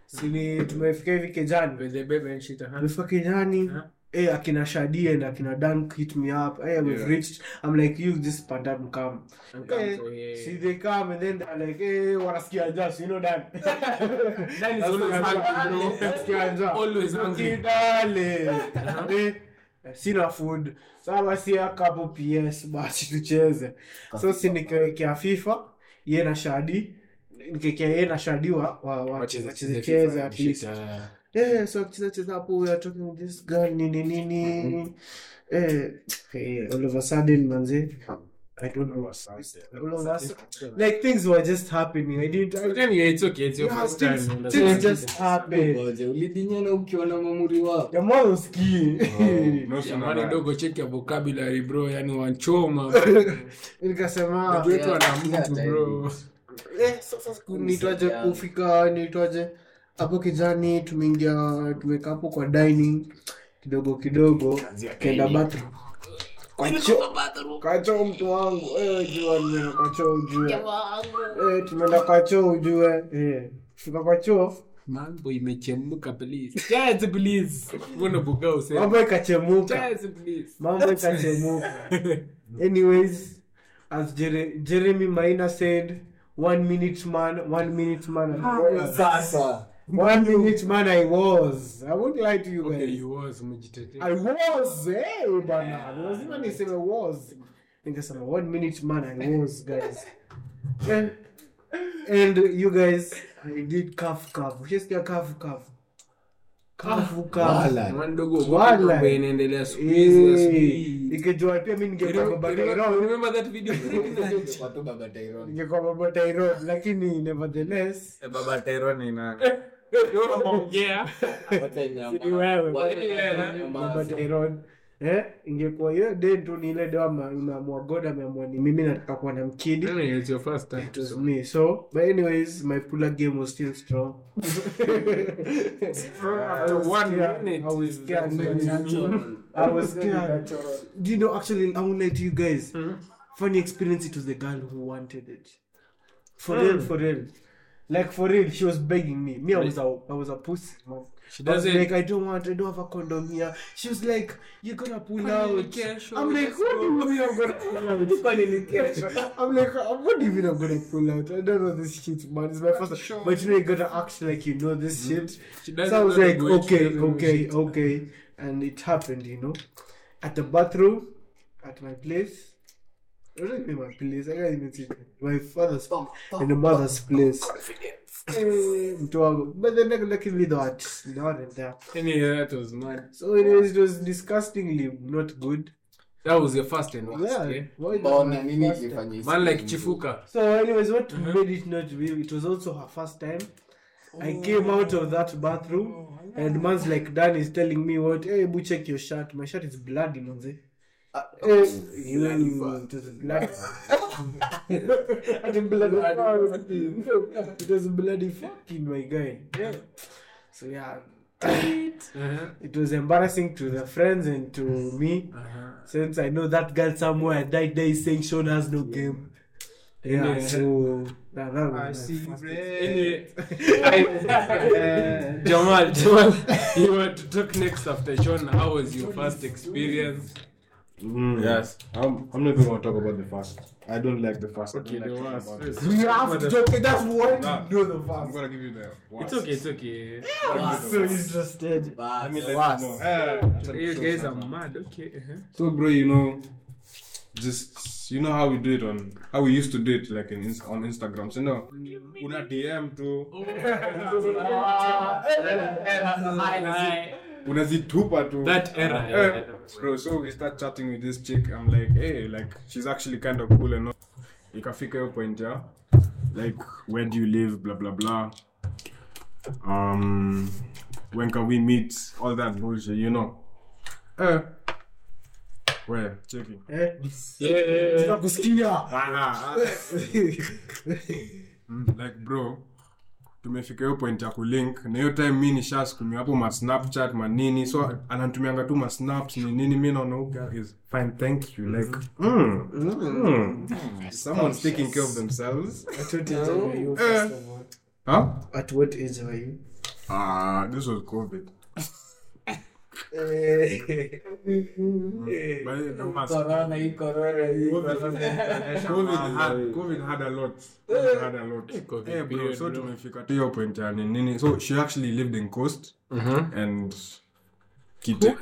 Speaker 2: sini tumefika hivi kejani
Speaker 3: When they baby and shit, uh-huh.
Speaker 2: tumefika kejani
Speaker 3: Huh?
Speaker 2: Eh, akina shadie na akina dank hit me up hey, we've reached i'm like you just panda mkam
Speaker 3: And
Speaker 2: Eh,
Speaker 3: come, so, yeah, yeah.
Speaker 2: see they come and then they're like hey, wanasikia njaa so you know Dan.
Speaker 3: Dan is
Speaker 2: That's
Speaker 3: always
Speaker 2: what I'm
Speaker 3: hungry,
Speaker 2: like,
Speaker 3: bro.
Speaker 2: wanasikia njaa.
Speaker 3: Always hungry.
Speaker 2: Kidale.
Speaker 3: Uh-huh.
Speaker 2: Eh, sina food sawa siakapo ps basi tucheze so si nikiwekea fifa ye na shadi nikiwekea ye na shadi wa- wa- wa- wacheze- cheze at least
Speaker 3: uh.
Speaker 2: Eh, so akicheza cheza hapo we are talking with this girl nini
Speaker 3: Mm-hmm.
Speaker 2: nini eh eh, all of a sudden manze I don't know all of a sudden, like things were just happening I didn't I,
Speaker 3: Then, yeah, it's okay, it's your
Speaker 2: yeah,
Speaker 3: first
Speaker 2: things,
Speaker 3: time, that's
Speaker 2: things
Speaker 3: fine.
Speaker 2: just
Speaker 3: Oh,
Speaker 2: happened
Speaker 7: Ngoja, ulidinyana ukiona mamuri wako
Speaker 2: the more usikii
Speaker 5: No sooner
Speaker 3: Jamani,
Speaker 5: than-
Speaker 3: dogo cheki ya vocabulary bro yani wanchoma
Speaker 2: nikasema
Speaker 3: watu wetu wana mtu bro
Speaker 2: eh, sasa nitwaje kufika nitwaje hapo kijani tumeingia tumekaa hapo kwa dining kidogo kidogo kenda bathroom kwacho kwacho mtu wangu eh, jua nimeenda kwacho ujue eh, tumeenda kwacho ujue eh, fika kwacho
Speaker 3: mambo imechemka please Yes, please mbona buga usema
Speaker 2: mambo ikachemuka
Speaker 3: Yes, please
Speaker 2: mambo ikachemuka anyways as Jere- jeremy maina said one minute man one minute man and boy."
Speaker 7: Ah, sasa
Speaker 2: One minute man, I was. I won't lie to you guys.
Speaker 3: Okay, you was umejitetea
Speaker 2: I was. Hey, bana. Lazima niseme was. Ningesema one minute man, I was, guys. and, and you guys, I did calf calf. Ushasikia calf calf. Calf calf.
Speaker 7: wala
Speaker 3: Jamani, dogo
Speaker 2: Wala.
Speaker 3: mambo inaendelea siku hizi na siku
Speaker 2: Eh,
Speaker 3: hii.
Speaker 2: Ikijua pia mimi
Speaker 3: You
Speaker 2: ningekuwa
Speaker 3: know-
Speaker 2: baba
Speaker 3: you
Speaker 2: Tyrone.
Speaker 3: know- remember that video?
Speaker 7: watu baba Tyrone
Speaker 2: Ningekuwa baba Tyrone, lakini nevertheless.
Speaker 4: Eh, baba Tyrone ina-
Speaker 3: Yeah.
Speaker 7: wote nyama
Speaker 2: Ni wewe.
Speaker 7: Wote
Speaker 3: Yeah.
Speaker 7: nyama.
Speaker 2: Baba Tyrone. Eh, ingekuwa hiyo den tu ni ile dewa imeamua God ameamua ni mimi nataka kuwa na mkidi.
Speaker 3: Anyway, it's your first time.
Speaker 2: It was me. So, but anyways, my puller game was still strong.
Speaker 3: After one minute,
Speaker 2: I was Ah, scared.
Speaker 3: that's what
Speaker 2: man. I was scared. Do you know? Actually, I won't lie to you guys.
Speaker 3: Hmm?
Speaker 2: Funny experience. It was the girl who wanted it. For
Speaker 3: Hmm.
Speaker 2: real, for real. Like for real, she was begging me. Me, I was a, I was a pussy. man.
Speaker 3: She
Speaker 2: I was
Speaker 3: doesn't-
Speaker 2: like, I don't want, I don't have a condom here. She was like, you're gonna pull out.
Speaker 3: Communication,
Speaker 2: I'm like,
Speaker 3: let's
Speaker 2: what do you mean I'm gonna pull out? Communication. I'm like, what do you mean I'm gonna pull out? I don't know this shit, man. It's my first time. But you know, you gotta act like you know this
Speaker 3: Hmm.
Speaker 2: shit.
Speaker 3: She doesn't
Speaker 2: So I was
Speaker 3: know the
Speaker 2: like,
Speaker 3: way she
Speaker 2: okay,
Speaker 3: doesn't know
Speaker 2: okay, okay. And it happened, you know. At the bathroom, at my place. I don't even my place. I can't even see my father's and the mother's place. Eh, mtu wangu. But then like, luckily they weren't, they weren't there.
Speaker 3: Anyway, that was mad.
Speaker 2: So anyways, it was disgustingly not good.
Speaker 3: That was your first and last,
Speaker 2: Yeah.
Speaker 3: eh?
Speaker 2: Why-
Speaker 7: Mbona nini ilifanya hivi?
Speaker 3: Man like Chifuka.
Speaker 2: So, anyways, what made it not real? It was also her first time. I came out of that bathroom, and man's like Dan is telling me, "What? Hey, bu check your shirt. My shirt is bloody, manze." Eh, you- it was bloody. At a bloody It was bloody fucking my guy. Yeah. So yeah,
Speaker 3: Uh-huh.
Speaker 2: it was embarrassing to the friends and to me, since I know that girl somewhere that day is saying Sean has no game. Yeah,
Speaker 3: Yeah.
Speaker 2: so that, that was my first-
Speaker 3: Anyway, I- Jamal, Jamal, you want to talk next after Shona. How was your first experience?
Speaker 4: Yes.
Speaker 5: I'm, I'm not even gonna talk about the fast. I don't like the fast. I don't
Speaker 3: Okay,
Speaker 5: like
Speaker 3: the
Speaker 5: talking
Speaker 3: worst.
Speaker 5: about it.
Speaker 2: We have to joke. That's what
Speaker 5: Nah.
Speaker 2: you know the
Speaker 5: I'm
Speaker 2: fast.
Speaker 5: gonna give you the worst.
Speaker 3: It's okay, it's okay.
Speaker 2: I'm so interested.
Speaker 5: Let me let
Speaker 7: Worst.
Speaker 5: you know. Eh,
Speaker 3: You guys are mad, okay. uh-huh.
Speaker 5: So, bro, you know, just you know how we do it on how we used to do it like in, Ins- on Instagram. So no, una DM tu, unazitupa tu.
Speaker 3: That era.
Speaker 5: Eh,
Speaker 3: yeah.
Speaker 5: bro. So we start chatting with this chick. I'm like, hey, like she's actually kind of cool and all. Ikafika hiyo point ya like where do you live, blah blah blah. Um, when can we meet? All that bullshit, you know. Eh. Where checking.
Speaker 2: Eh?
Speaker 3: Yeah, yeah, yeah.
Speaker 2: Nakusikia.
Speaker 5: Ah, nah, ah. Mm, like bro tumefika hiyo point ya kulink na hiyo time mi nishaskumia hapo masnapchat manini so anantumianga tu masnaps ni nini mi naona "Who girl is fine thank you like mm,
Speaker 2: Mm-hmm.
Speaker 5: mm. someone's taking care of themselves Eh?
Speaker 2: At what age were you? At
Speaker 5: huh?
Speaker 2: what age were you? Eh.
Speaker 5: Ah, this was COVID. But yeah, no mask.
Speaker 7: Corona hii, corona hii, corona hii.
Speaker 5: COVID had- COVID had a lot. COVID had a lot. Eh, bro, so tumefika tu hiyo point ya nini. So she actually
Speaker 2: Eh,
Speaker 5: lived in Coast and Kite.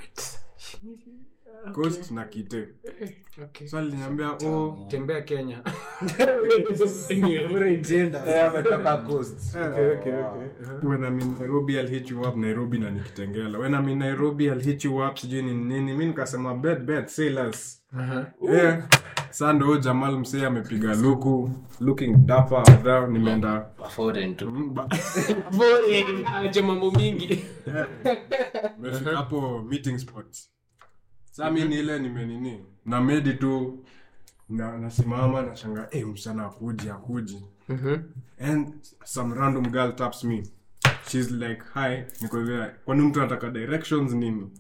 Speaker 5: Coast na Kite.
Speaker 3: Okay.
Speaker 5: So aliniambia, oh,
Speaker 3: tembea kenya
Speaker 5: when I'm in Nairobi I'll hit you up Nairobi na nikitengela. When I'm in Nairobi I'll hit you up sijui ni nini. Mimi nikasema bet bet say less. Yeah. Sasa ndo huyo Jamal msee amepiga luku looking dapper though nimeenda Mm, ba-
Speaker 3: acha mambo mingi
Speaker 5: Nimefika hapo meeting spot saa mi ni ile nimenini na medi tu na, nasimama nashanga hey, msana akuji akuji and some random girl taps me shes like hi niko there kwani mtu anataka directions nini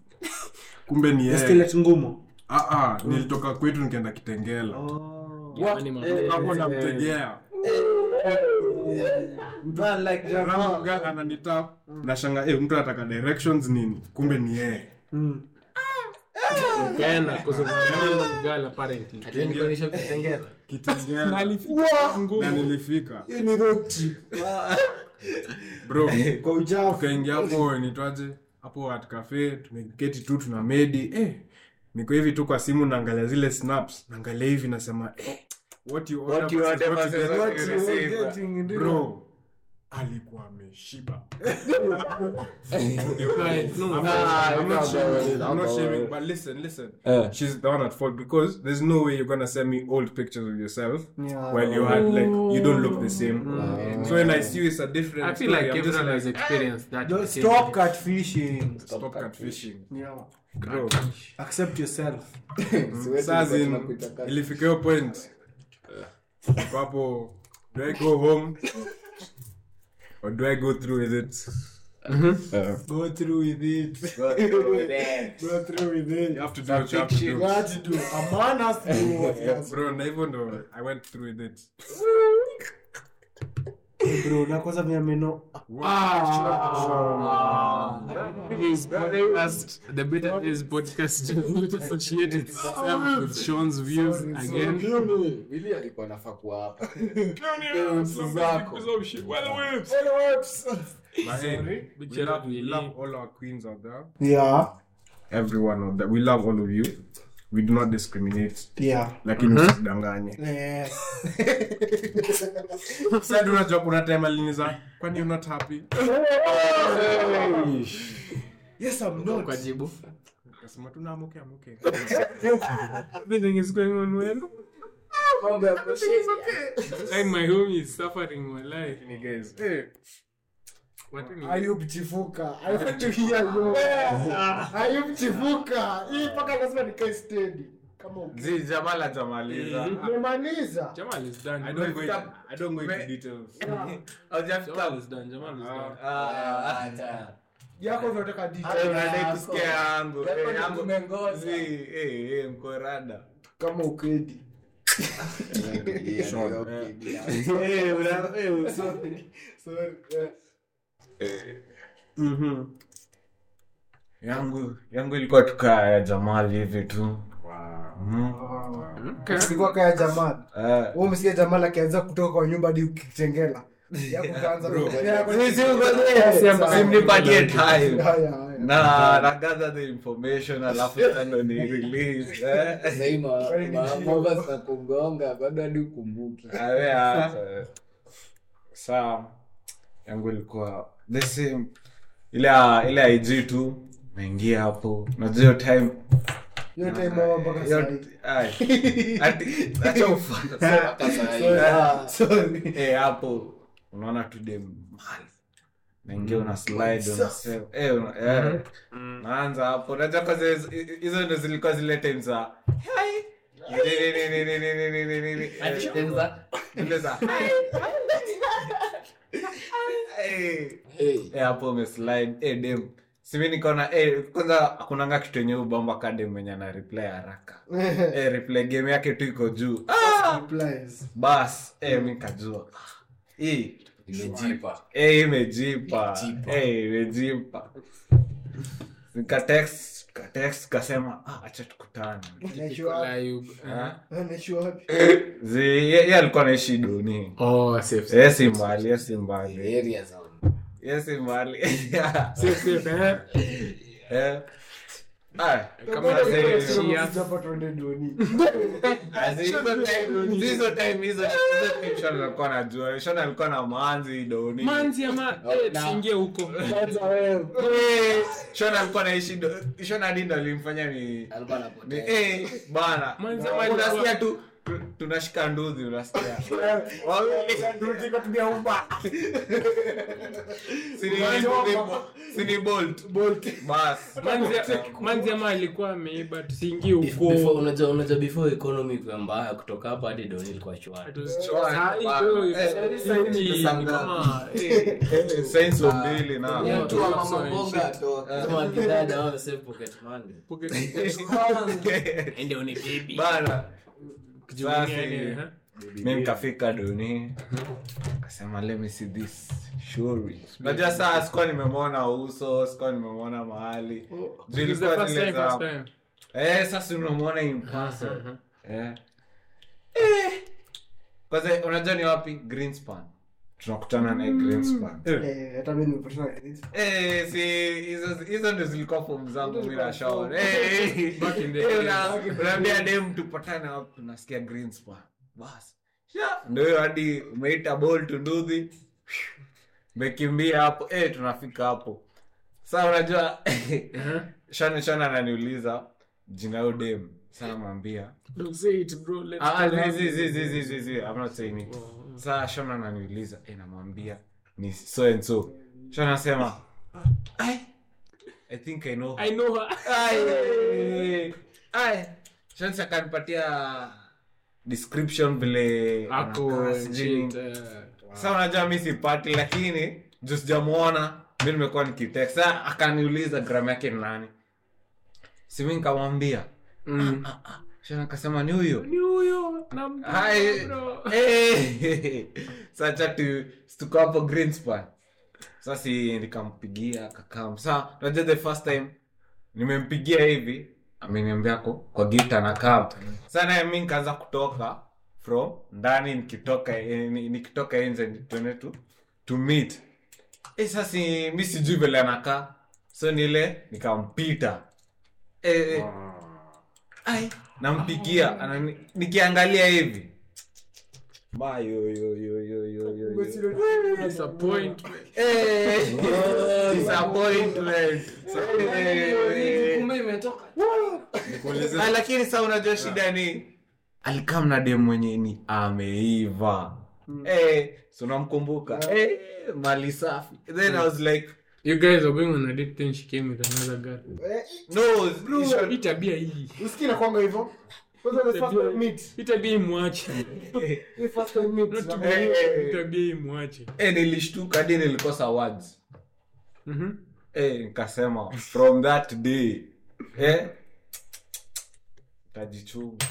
Speaker 5: kumbe ni yeye
Speaker 2: ngumu
Speaker 5: ah, ah, nilitoka kwetu nikaenda kitengela
Speaker 3: Jamani, mambo-
Speaker 5: hapo namtegea random girl ananitap nashanga hey, mtu anataka directions nini kumbe ni yeye
Speaker 3: Ghana, kwa sababu Ghana, Ghana, apparently.
Speaker 5: kitengela na nilifika bro tukaingia hapo nitwaje hapo at cafe tumeketi tu tuna medi eh, niko hivi tu kwa simu naangalia zile snaps naangalia hivi nasema eh, what you order versus what you get. Bro, alikuwa ameshiba I'm not shaming- I'm not shaming, but listen, listen.
Speaker 3: Eh.
Speaker 5: She's the one at fault because there's no way you're gonna send me old pictures of yourself while you had like you don't look the same. So when I see you, it's a different.
Speaker 3: Mm. I feel
Speaker 5: story.
Speaker 3: like
Speaker 5: I'm just
Speaker 3: everyone
Speaker 5: like,
Speaker 3: has experienced that.
Speaker 2: Don't
Speaker 3: same
Speaker 2: stop
Speaker 3: way.
Speaker 2: catfishing
Speaker 5: stop catfishing,
Speaker 2: yeah.
Speaker 5: bro.
Speaker 2: accept yourself
Speaker 5: Sasa in- ilifika hiyo point ambapo do I go home or do I go through with it?
Speaker 2: go through with it go through with it
Speaker 5: You have to do what you have to do.
Speaker 2: what to do a man has to do what he has to
Speaker 5: Bro, na hivyo ndo I went through with it.
Speaker 2: do bro na kwanza vya meno
Speaker 3: This podcast, the better is podcast would associate itself with Sean's views again.
Speaker 7: alikuwa nafaa kuwa hapa
Speaker 5: But hey,
Speaker 3: Which
Speaker 5: we love,
Speaker 3: are
Speaker 5: we
Speaker 3: really-
Speaker 5: love all our queens out there.
Speaker 2: yeah
Speaker 5: Everyone out there. We love all of you. We do not discriminate.
Speaker 2: yeah
Speaker 5: Lakini msidanganye.
Speaker 2: yeah
Speaker 5: Sasa ndio unajua kuna time aliniza, kwani you're not happy?
Speaker 2: yes i'm not
Speaker 3: Kwa jibu.
Speaker 5: Kasema tu na I'm okay, I'm okay.
Speaker 3: Everything is going on well. Like my homie is suffering my life.
Speaker 5: Ni guys. Hey,
Speaker 3: What do you mean?
Speaker 2: ayub chifuka i want to hear you ayub chifuka hii mpaka lazima nikae steady kama uki-
Speaker 4: Zii, Jamal atamaliza.
Speaker 2: Mm-hmm. umemaliza
Speaker 3: Jamal is done.
Speaker 5: I don't go
Speaker 3: Jamal
Speaker 5: into, I don't go into details.
Speaker 4: Haujafika
Speaker 3: is done. Jamal is
Speaker 5: Ah.
Speaker 3: done.
Speaker 2: uh, yako vinataka detail.
Speaker 4: Unadai kusikia yangu. Eh,
Speaker 7: Jamal
Speaker 4: yangu-
Speaker 7: tumengoza.
Speaker 4: Zii, eh, eh, mkorada.
Speaker 2: kama ukwedi
Speaker 4: Yangu- yangu ilikuwa tukaa ya Jamal hivi tu Mhm.
Speaker 2: sikuwa kaya jamal
Speaker 4: Eh,
Speaker 2: Wewe umesikia jamal akianza kutoka kwa nyumba hadi ukitengela Yako kaanza kutoka-
Speaker 4: simnipatie time.
Speaker 2: Haya, haya.
Speaker 4: na nagaza the information alafu sasa ndo ni release eh.
Speaker 7: kugonga bado hadi ukumbuki
Speaker 4: Awe, acha. saa yangu ilikuwa the same ile ya- ile ya ig tu naingia hapo najua hiyo time
Speaker 2: Hiyo time wao mpaka
Speaker 4: hiyo-
Speaker 2: saa hii.
Speaker 4: ai. Ati- acha ufa- Eh, hapo unaona tudem naingia una slide una sell. Eh, una- eh. naanza hapo unajua kwanza hizo- hizo ndo zilikuwa zile time za "Hi." Ni- ni- ni- ni- ni- ni- ni- ni- ni- ni- eh. Zile za, "Hi." Eh. Eh, hapo umeslide Eh, dem simi nikaona eh, kwanza akunanga kitu yenye ubamba kadem mwenye ana reply haraka Eh, reply game
Speaker 2: Ah.
Speaker 4: yake tu iko juu Ah!
Speaker 2: Replies.
Speaker 4: bas eh, mi nikajua Ah, hii
Speaker 6: imejipa
Speaker 4: Eh, imejipa Eh, imejipa nikatext katext kasema ah, acha tukutane Eh. Zi, ye ye alikuwa naishi duni yesi mbali yesi mbali
Speaker 6: area za
Speaker 4: yesi mbali Eh. Ah,
Speaker 5: uh,
Speaker 4: as in- hizo time hizo hizo time Sean alikuwa anajua Sean alikuwa na manzi doni
Speaker 5: Oh,
Speaker 3: ingie huko
Speaker 4: Eh, Sean alikuwa naishi do- Sean hadi ndo alimfanya ni
Speaker 6: alikuwa
Speaker 4: ni-
Speaker 6: anapotea
Speaker 4: eh, bana
Speaker 3: Manzi
Speaker 4: Una-
Speaker 3: ama
Speaker 4: unasikia tu tu- tunashika nduzi unasikia wawili Sini- Sini Bolt. Bas.
Speaker 3: Manzi- manzi ama alikuwa ameiba tusiingie
Speaker 6: If- before-
Speaker 3: huko
Speaker 6: unajua unajua before economy kwa mbaya kutoka hapa hadi doni ilikuwa shwari
Speaker 3: Saa hii bro, nchi ni kama, eh,
Speaker 4: Eh, Saints wa mbili na
Speaker 3: Mtu wa mama mboga
Speaker 6: kama kidada wao save pocket money
Speaker 3: pocket-
Speaker 6: ndio ni baby
Speaker 4: bana
Speaker 3: Jivunia
Speaker 4: Safi.
Speaker 3: yani, eh.
Speaker 4: mi nikafika duni kasema let me see this shuri najua saa sikuwa nimemwona uso sikuwa nimemwona mahali Juu
Speaker 3: It's the
Speaker 4: ilikuwa
Speaker 3: first
Speaker 4: zile
Speaker 3: time,
Speaker 4: za-
Speaker 3: first time.
Speaker 4: eh sasa unamwona in person eh Eh. kwanza unajua ni wapi greenspan tunakutana naye greenspan Eh, si hizo- hizo ndio zilikuwa fomu zangu mi na Shaun. Eh, eh.
Speaker 3: Back in the
Speaker 4: Eh,
Speaker 3: days.
Speaker 4: una- unaambia dem tupatane wapi unasikia Greenspan. Bas. Sha, ndio hiyo hadi umeita ball tunduzi mekimbia hapo eh, tunafika hapo saa unajua shana shana ananiuliza jina yo dem saa namwambia
Speaker 3: Don't say it, bro. Let's
Speaker 4: Ah,
Speaker 3: go.
Speaker 4: zi- zi- zi- zi- zi- zi- zi, I'm not saying it. Sasa Shona ananiuliza, eh, namwambia ni so and so. Shona anasema, "Ai, I think I know her."
Speaker 3: I know her.
Speaker 4: Ai, ai. Shona sasa akanipatia description vile
Speaker 3: Ako
Speaker 4: anakaa, sijui
Speaker 3: shit,
Speaker 4: nini.
Speaker 3: eh.
Speaker 4: Sasa unajua mi sipati lakini juu sijamwona mi nimekuwa nikitext. Sasa akaniuliza gram yake ni nani simi nikamwambia mm. ah, ah, ah. Shona akasema ni huyo
Speaker 3: Ni huyo, namjua,
Speaker 4: Hai.
Speaker 3: bro.
Speaker 4: Eh, sacha tu tuko hapo greenspan sasa si nikampigia kakam saa unajua the first time nimempigia hivi ameniambia ko kwa gita na kam saa naye mi nikaanza kutoka from ndani nikitoka eh, ni- nikitoka nje tuene tu to meet eh, sasa mi sijui vile anakaa so nile nikampita eh, eh, ai nampigia anani- nikiangalia hivi Ma, yo, yo, yo, yo, yo, yo, yo.
Speaker 3: Disappointment.
Speaker 4: Eh, disappointment. Eh,
Speaker 6: kumbe imetoka
Speaker 4: Ah, lakini sa unajua shida ni alikaa mna dem mwenye ni ameiva Eh, so unamkumbuka Eh, mali safi then i was like
Speaker 3: You guys were going on a date then she came with another girl.
Speaker 4: no Sean-
Speaker 3: Hii tabia hii.
Speaker 2: nakwanga hivo
Speaker 3: Hii tabia hii mwache. Not to be-
Speaker 4: Eh, eh, eh.
Speaker 3: hii tabia hii mwache.
Speaker 4: eh, nilishtuka hadi nilikosa words
Speaker 3: Mhm.
Speaker 4: eh, nikasema from that day eh, tajichunga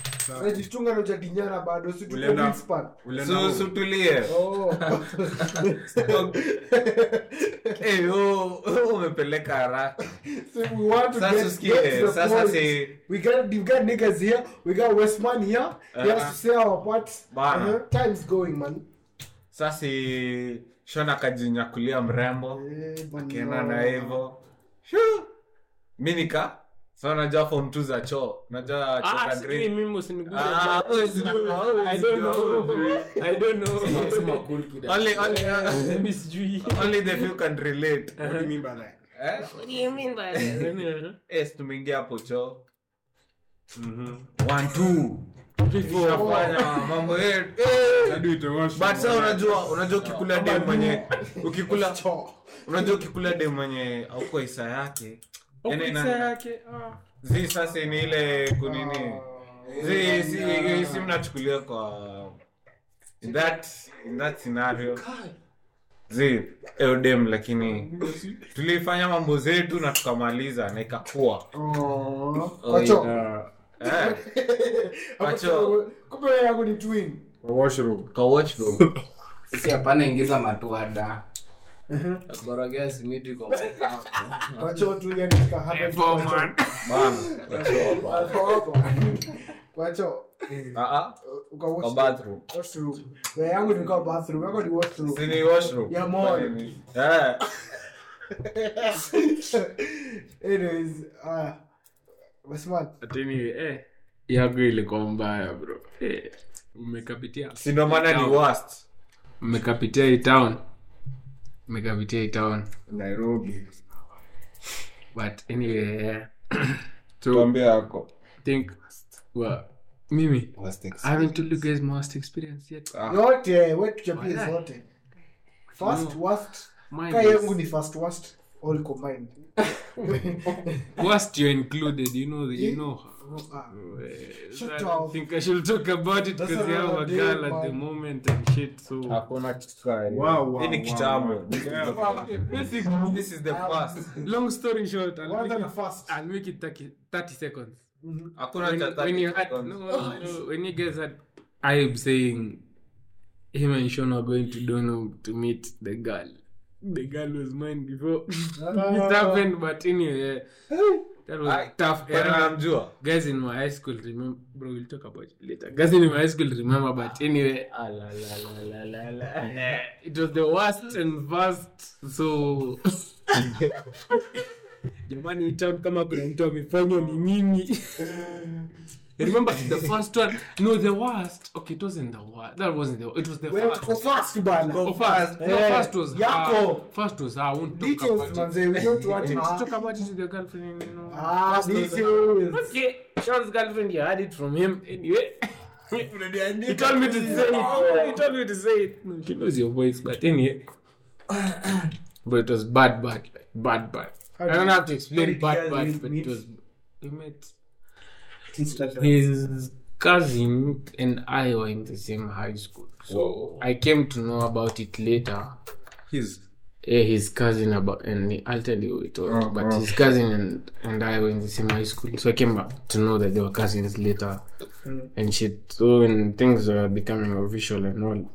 Speaker 2: jitunga naujadinyana bado si tuko
Speaker 5: Ulienda-
Speaker 2: Wingspan.
Speaker 5: Ulienda
Speaker 4: Su-
Speaker 5: home.
Speaker 4: sutulie
Speaker 2: Oh.
Speaker 4: Eh, oh, oh, umepeleka haraka
Speaker 2: So we want to
Speaker 4: sasa
Speaker 2: get- get to
Speaker 4: usikie
Speaker 2: the
Speaker 4: sasa
Speaker 2: point.
Speaker 4: si
Speaker 2: We got- we got niggas here, we got Westman here, he has to say our part.
Speaker 4: Bana.
Speaker 2: Uh-huh. Time's going, man.
Speaker 4: sasa shona akajinyakulia mrembo
Speaker 2: Eh, bana.
Speaker 4: akienda na hivo Shoo! mi nika sa unajua form tu za choo unajua choo
Speaker 3: Ah,
Speaker 4: za
Speaker 3: si-
Speaker 4: grade.
Speaker 3: mimi usiniguze.
Speaker 4: Ah, always do,
Speaker 3: I
Speaker 4: always
Speaker 3: don't
Speaker 4: do.
Speaker 3: know. I don't know.
Speaker 4: Only- only-
Speaker 3: Mimi sijui.
Speaker 4: only the few can relate eh? yes tumeingia hapo choo One, two. Tunafanya mambo yetu Eh!
Speaker 5: Hadi utawash
Speaker 4: but sa unajua unajua ukikula dem mwenye ukikula unajua ukikula dem mwenye auko isa yake Yaani
Speaker 3: Huku
Speaker 4: yani
Speaker 3: isa
Speaker 4: na-
Speaker 3: yake, ah.
Speaker 4: zi sasa ni ile
Speaker 5: Oh.
Speaker 4: kunini zi si, si, si mnachukulia kwa in that, in that scenario zi eudem lakini tulifanya mambo zetu na tukamaliza na ikakua
Speaker 2: Oh. Kwacho.
Speaker 4: eh,
Speaker 2: Hapo
Speaker 4: Kwacho.
Speaker 2: kumbe wewe yangu ni twin.
Speaker 5: Kwa washroom.
Speaker 4: kwa watch though.
Speaker 6: si hapana ingiza matuada bora gea simiti kwa mwanao.
Speaker 2: Macho tu yani kika hapa tu. Macho hapo. Macho.
Speaker 4: Ah,
Speaker 2: Uka watch washroom. Na yangu ni kwa bathroom. Yako ni washroom. Ya mall.
Speaker 4: Eh,
Speaker 2: Anyways, ah. Wasman.
Speaker 3: But anyway, eh, yagu ilikuwa mbaya bro eh, umekapitia
Speaker 4: sindomana ni worst
Speaker 3: umekapitia hii town umekapitia hii town
Speaker 4: nairobi
Speaker 3: but anyway eh, so
Speaker 4: tuambie yako
Speaker 3: think well, mimi I haven't told you guys my worst experience yet
Speaker 2: Yote, we tuchapie zote. First worst.
Speaker 3: Mine
Speaker 2: Ka
Speaker 3: is-
Speaker 2: yangu ni first worst all combined.
Speaker 3: worst you're included you know the, you know
Speaker 2: Ah.
Speaker 3: eh,
Speaker 2: Shut
Speaker 3: I
Speaker 2: up.
Speaker 3: don't think I should talk about it
Speaker 2: That's
Speaker 3: because you have a
Speaker 2: another day,
Speaker 3: girl at the
Speaker 2: man.
Speaker 3: moment and shit so
Speaker 4: hakuna kitu kaya
Speaker 5: Wow, wow,
Speaker 4: hii ni
Speaker 5: wow,
Speaker 4: kitambo
Speaker 3: basic
Speaker 4: this is the
Speaker 2: Um,
Speaker 4: first
Speaker 3: long story short I'll
Speaker 2: One
Speaker 3: make
Speaker 2: than
Speaker 3: it,
Speaker 2: the first.
Speaker 3: I'll make it 30, 30 seconds
Speaker 4: hakuna
Speaker 3: when,
Speaker 4: cha
Speaker 3: when you had, no,
Speaker 4: 30
Speaker 3: no, no, when you guys had Ayub saying him and Sean were going to Dono to meet the girl. The girl was mine before
Speaker 2: Ah.
Speaker 3: it happened, but anyway, yeah. that was
Speaker 4: Aye.
Speaker 3: tough
Speaker 4: Kwani
Speaker 3: era.
Speaker 4: unamjua?
Speaker 3: Guys in my high school remember, bro. We'll talk about it later. Guys in my high school remember, but anyway, ah, la, la, la, la, la, la. Eh, it was the worst and worst. So. jamani itan kama kuna mtu amefanywa ni mimi remember the first one no the worst okay it wasn't the worst that wasn't the it was the
Speaker 2: Wewe
Speaker 3: first
Speaker 2: uko first bana.
Speaker 3: Oh, first no
Speaker 2: Eh,
Speaker 3: first was
Speaker 2: yako.
Speaker 3: her. first was her. I won't talk about
Speaker 2: Details
Speaker 3: it.
Speaker 2: manze, we don't want it.
Speaker 3: Let's talk about it with your girlfriend you know
Speaker 2: Ah,
Speaker 3: First was her.
Speaker 2: details.
Speaker 3: okay Sean's girlfriend you had it from him anyway he told me to say it he told me to say it no, she knows your voice but anyway but it was bad bad like, bad bad I don't have to explain
Speaker 2: did you guys
Speaker 3: bad bad
Speaker 2: meet-
Speaker 3: but it
Speaker 2: meet?
Speaker 3: was we met his cousin and I were in the same high school. So I came to know about it later.
Speaker 4: His-
Speaker 3: Yeah, Eh, his cousin about and I'll tell you it was, but his cousin and, and I were in the same high school. So I came back to know that they were cousins later and shit. So when things were becoming official and all.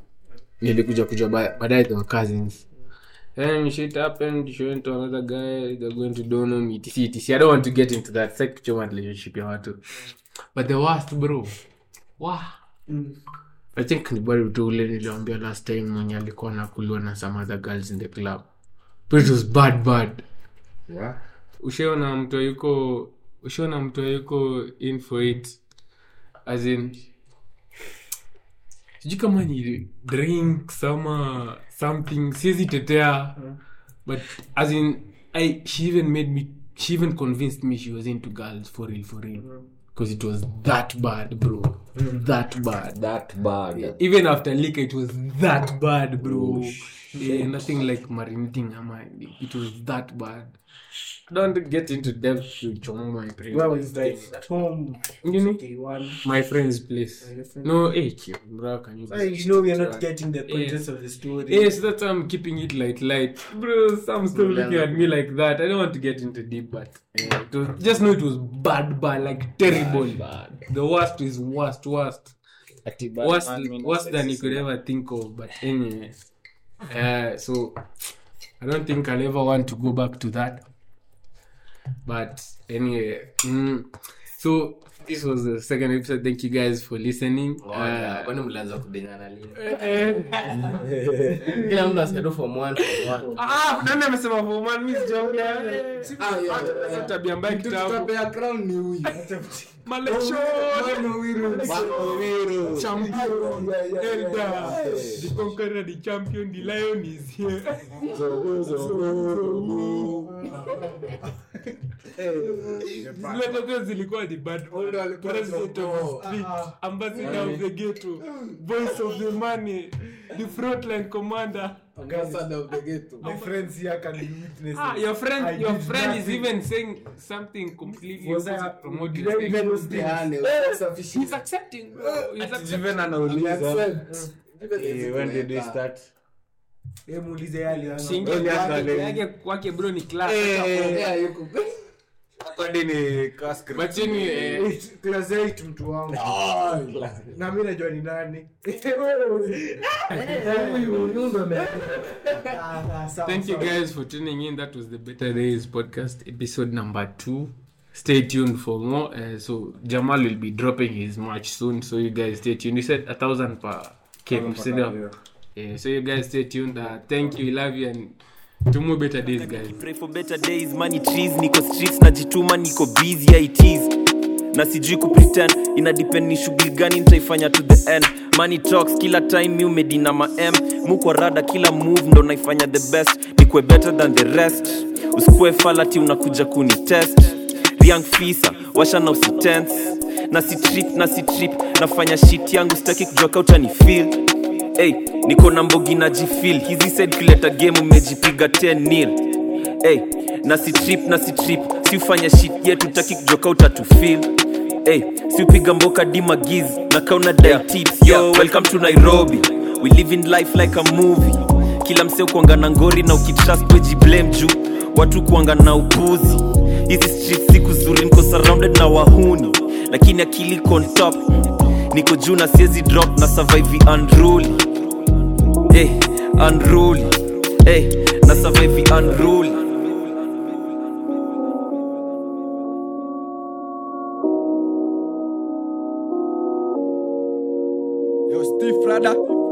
Speaker 3: Nilikuja kuja ba- baadaye they were cousins. And shit happened, she went to another guy, they're going to don't know me, etc, etc. I don't want to get into that sexual relationship ya watu but the worst bro wow. i think ni bado tu ule niliwambia last time mwenye alikuwa nakuliwa na some other girls in the club but it was bad bad ushaona mtu yuko ushaona mtu yuko in for it as in sijui kama ni drink sama something siezi tetea but as in I, she even made me she even convinced me she was into girls for real for real because it was that bad bro that bad
Speaker 6: that bad
Speaker 3: even after lika it was that bad
Speaker 2: Oh,
Speaker 3: bro yeah, nothing like marinating ama it was that bad I don't get into depth to chomo my friend
Speaker 2: Where was that home?
Speaker 3: you know,
Speaker 2: Day one.
Speaker 3: my friend's place no hey chill, bro can you
Speaker 2: Like, you know, we are not getting the
Speaker 3: Yeah.
Speaker 2: contents of the story.
Speaker 3: Yes, that's why I'm keeping it light, light. Bro, some still looking at me like that. I don't want to get into deep, but yeah, it was, just know it was bad, bad, like terrible. The worst is worst, worst. worse, worse than you could ever think of. But anyway, uh, so I don't think I'll ever want to go back to that. But anyway, mm, so this was the second episode. Thank you guys for listening. Uh,
Speaker 6: kwani mlianza kudenyana lini
Speaker 3: eh,
Speaker 6: kila mtu asiadu form one, form one.
Speaker 3: Ah, nani amesema form one? Mimi sijaongea. Ah, yeah, yeah. Tabia mbaya kitabu.
Speaker 7: tutapea crown ni huyu
Speaker 3: Malekshon. Champion. Elda. The conqueror, the champion, the lion is here. Zile tokeo zilikuwa ni bad. President of the street,
Speaker 7: Ah.
Speaker 3: ambassador of the ghetto, voice of the money, the frontline commander.
Speaker 7: Ambassador of the ghetto.
Speaker 2: My friends here can witness.
Speaker 3: Ah,
Speaker 2: it.
Speaker 3: your
Speaker 2: I
Speaker 3: friend, your
Speaker 2: did
Speaker 3: friend is
Speaker 2: nothing.
Speaker 3: even saying something completely
Speaker 2: Was I-
Speaker 3: opposite from what you
Speaker 2: Did I
Speaker 3: think.
Speaker 2: even know this?
Speaker 7: Mtihani, usafishe.
Speaker 6: Eh.
Speaker 3: He's accepting. bro. He's accepting.
Speaker 4: even anauliza
Speaker 7: Accept.
Speaker 6: Mm.
Speaker 4: eh, when did they start
Speaker 2: Eh, muulize yale, ano.
Speaker 3: Shilingi
Speaker 4: Wewe ni
Speaker 3: yake-
Speaker 2: Eh.
Speaker 4: athlete.
Speaker 3: yake kwake bro ni class.
Speaker 7: Yeah, yuko-
Speaker 4: Kwani ni class grade.
Speaker 3: machini eh,
Speaker 2: Eight, class eight mtu wangu na mi najua ni nani
Speaker 3: thank you guys for tuning in that was the better days podcast episode number two stay tuned for more uh, so jamal will be dropping his match soon so you guys stay tuned you said a thousand per game so, yeah, Eh, so you guys stay tuned uh, thank you love you and two more better days guys
Speaker 1: pray for better days money trees niko streets najituma niko busy yeah, it is na sijui kupretend ina depend ni shughuli gani nitaifanya to the end money talks kila time mi umedina maem mukwa rada kila move ndo naifanya the best nikwe better than the rest usikue falati unakuja kuni test riang fisa washa na usitense na si trip na si trip nafanya shit yangu sitaki kujua kauta ni feel Hey, niko na mbogi na jifil hizi said kuleta game umejipiga 10 nil hey, na si trip na si trip si ufanya shit yetu taki kujoka utatufil hey, si upiga mboka dimagiz na kauna yeah. tips yo yeah. welcome to nairobi we live in life like a movie kila msee kuanga na ngori na ukitrust wejiblame juu watu kuanga na upuzi hizi street siku zuri niko surrounded na wahuni lakini akili iko on top niko juu na siezi drop na survive the unruly hey, unruly hey, na survive the unruly
Speaker 4: Yo, Steve Rada.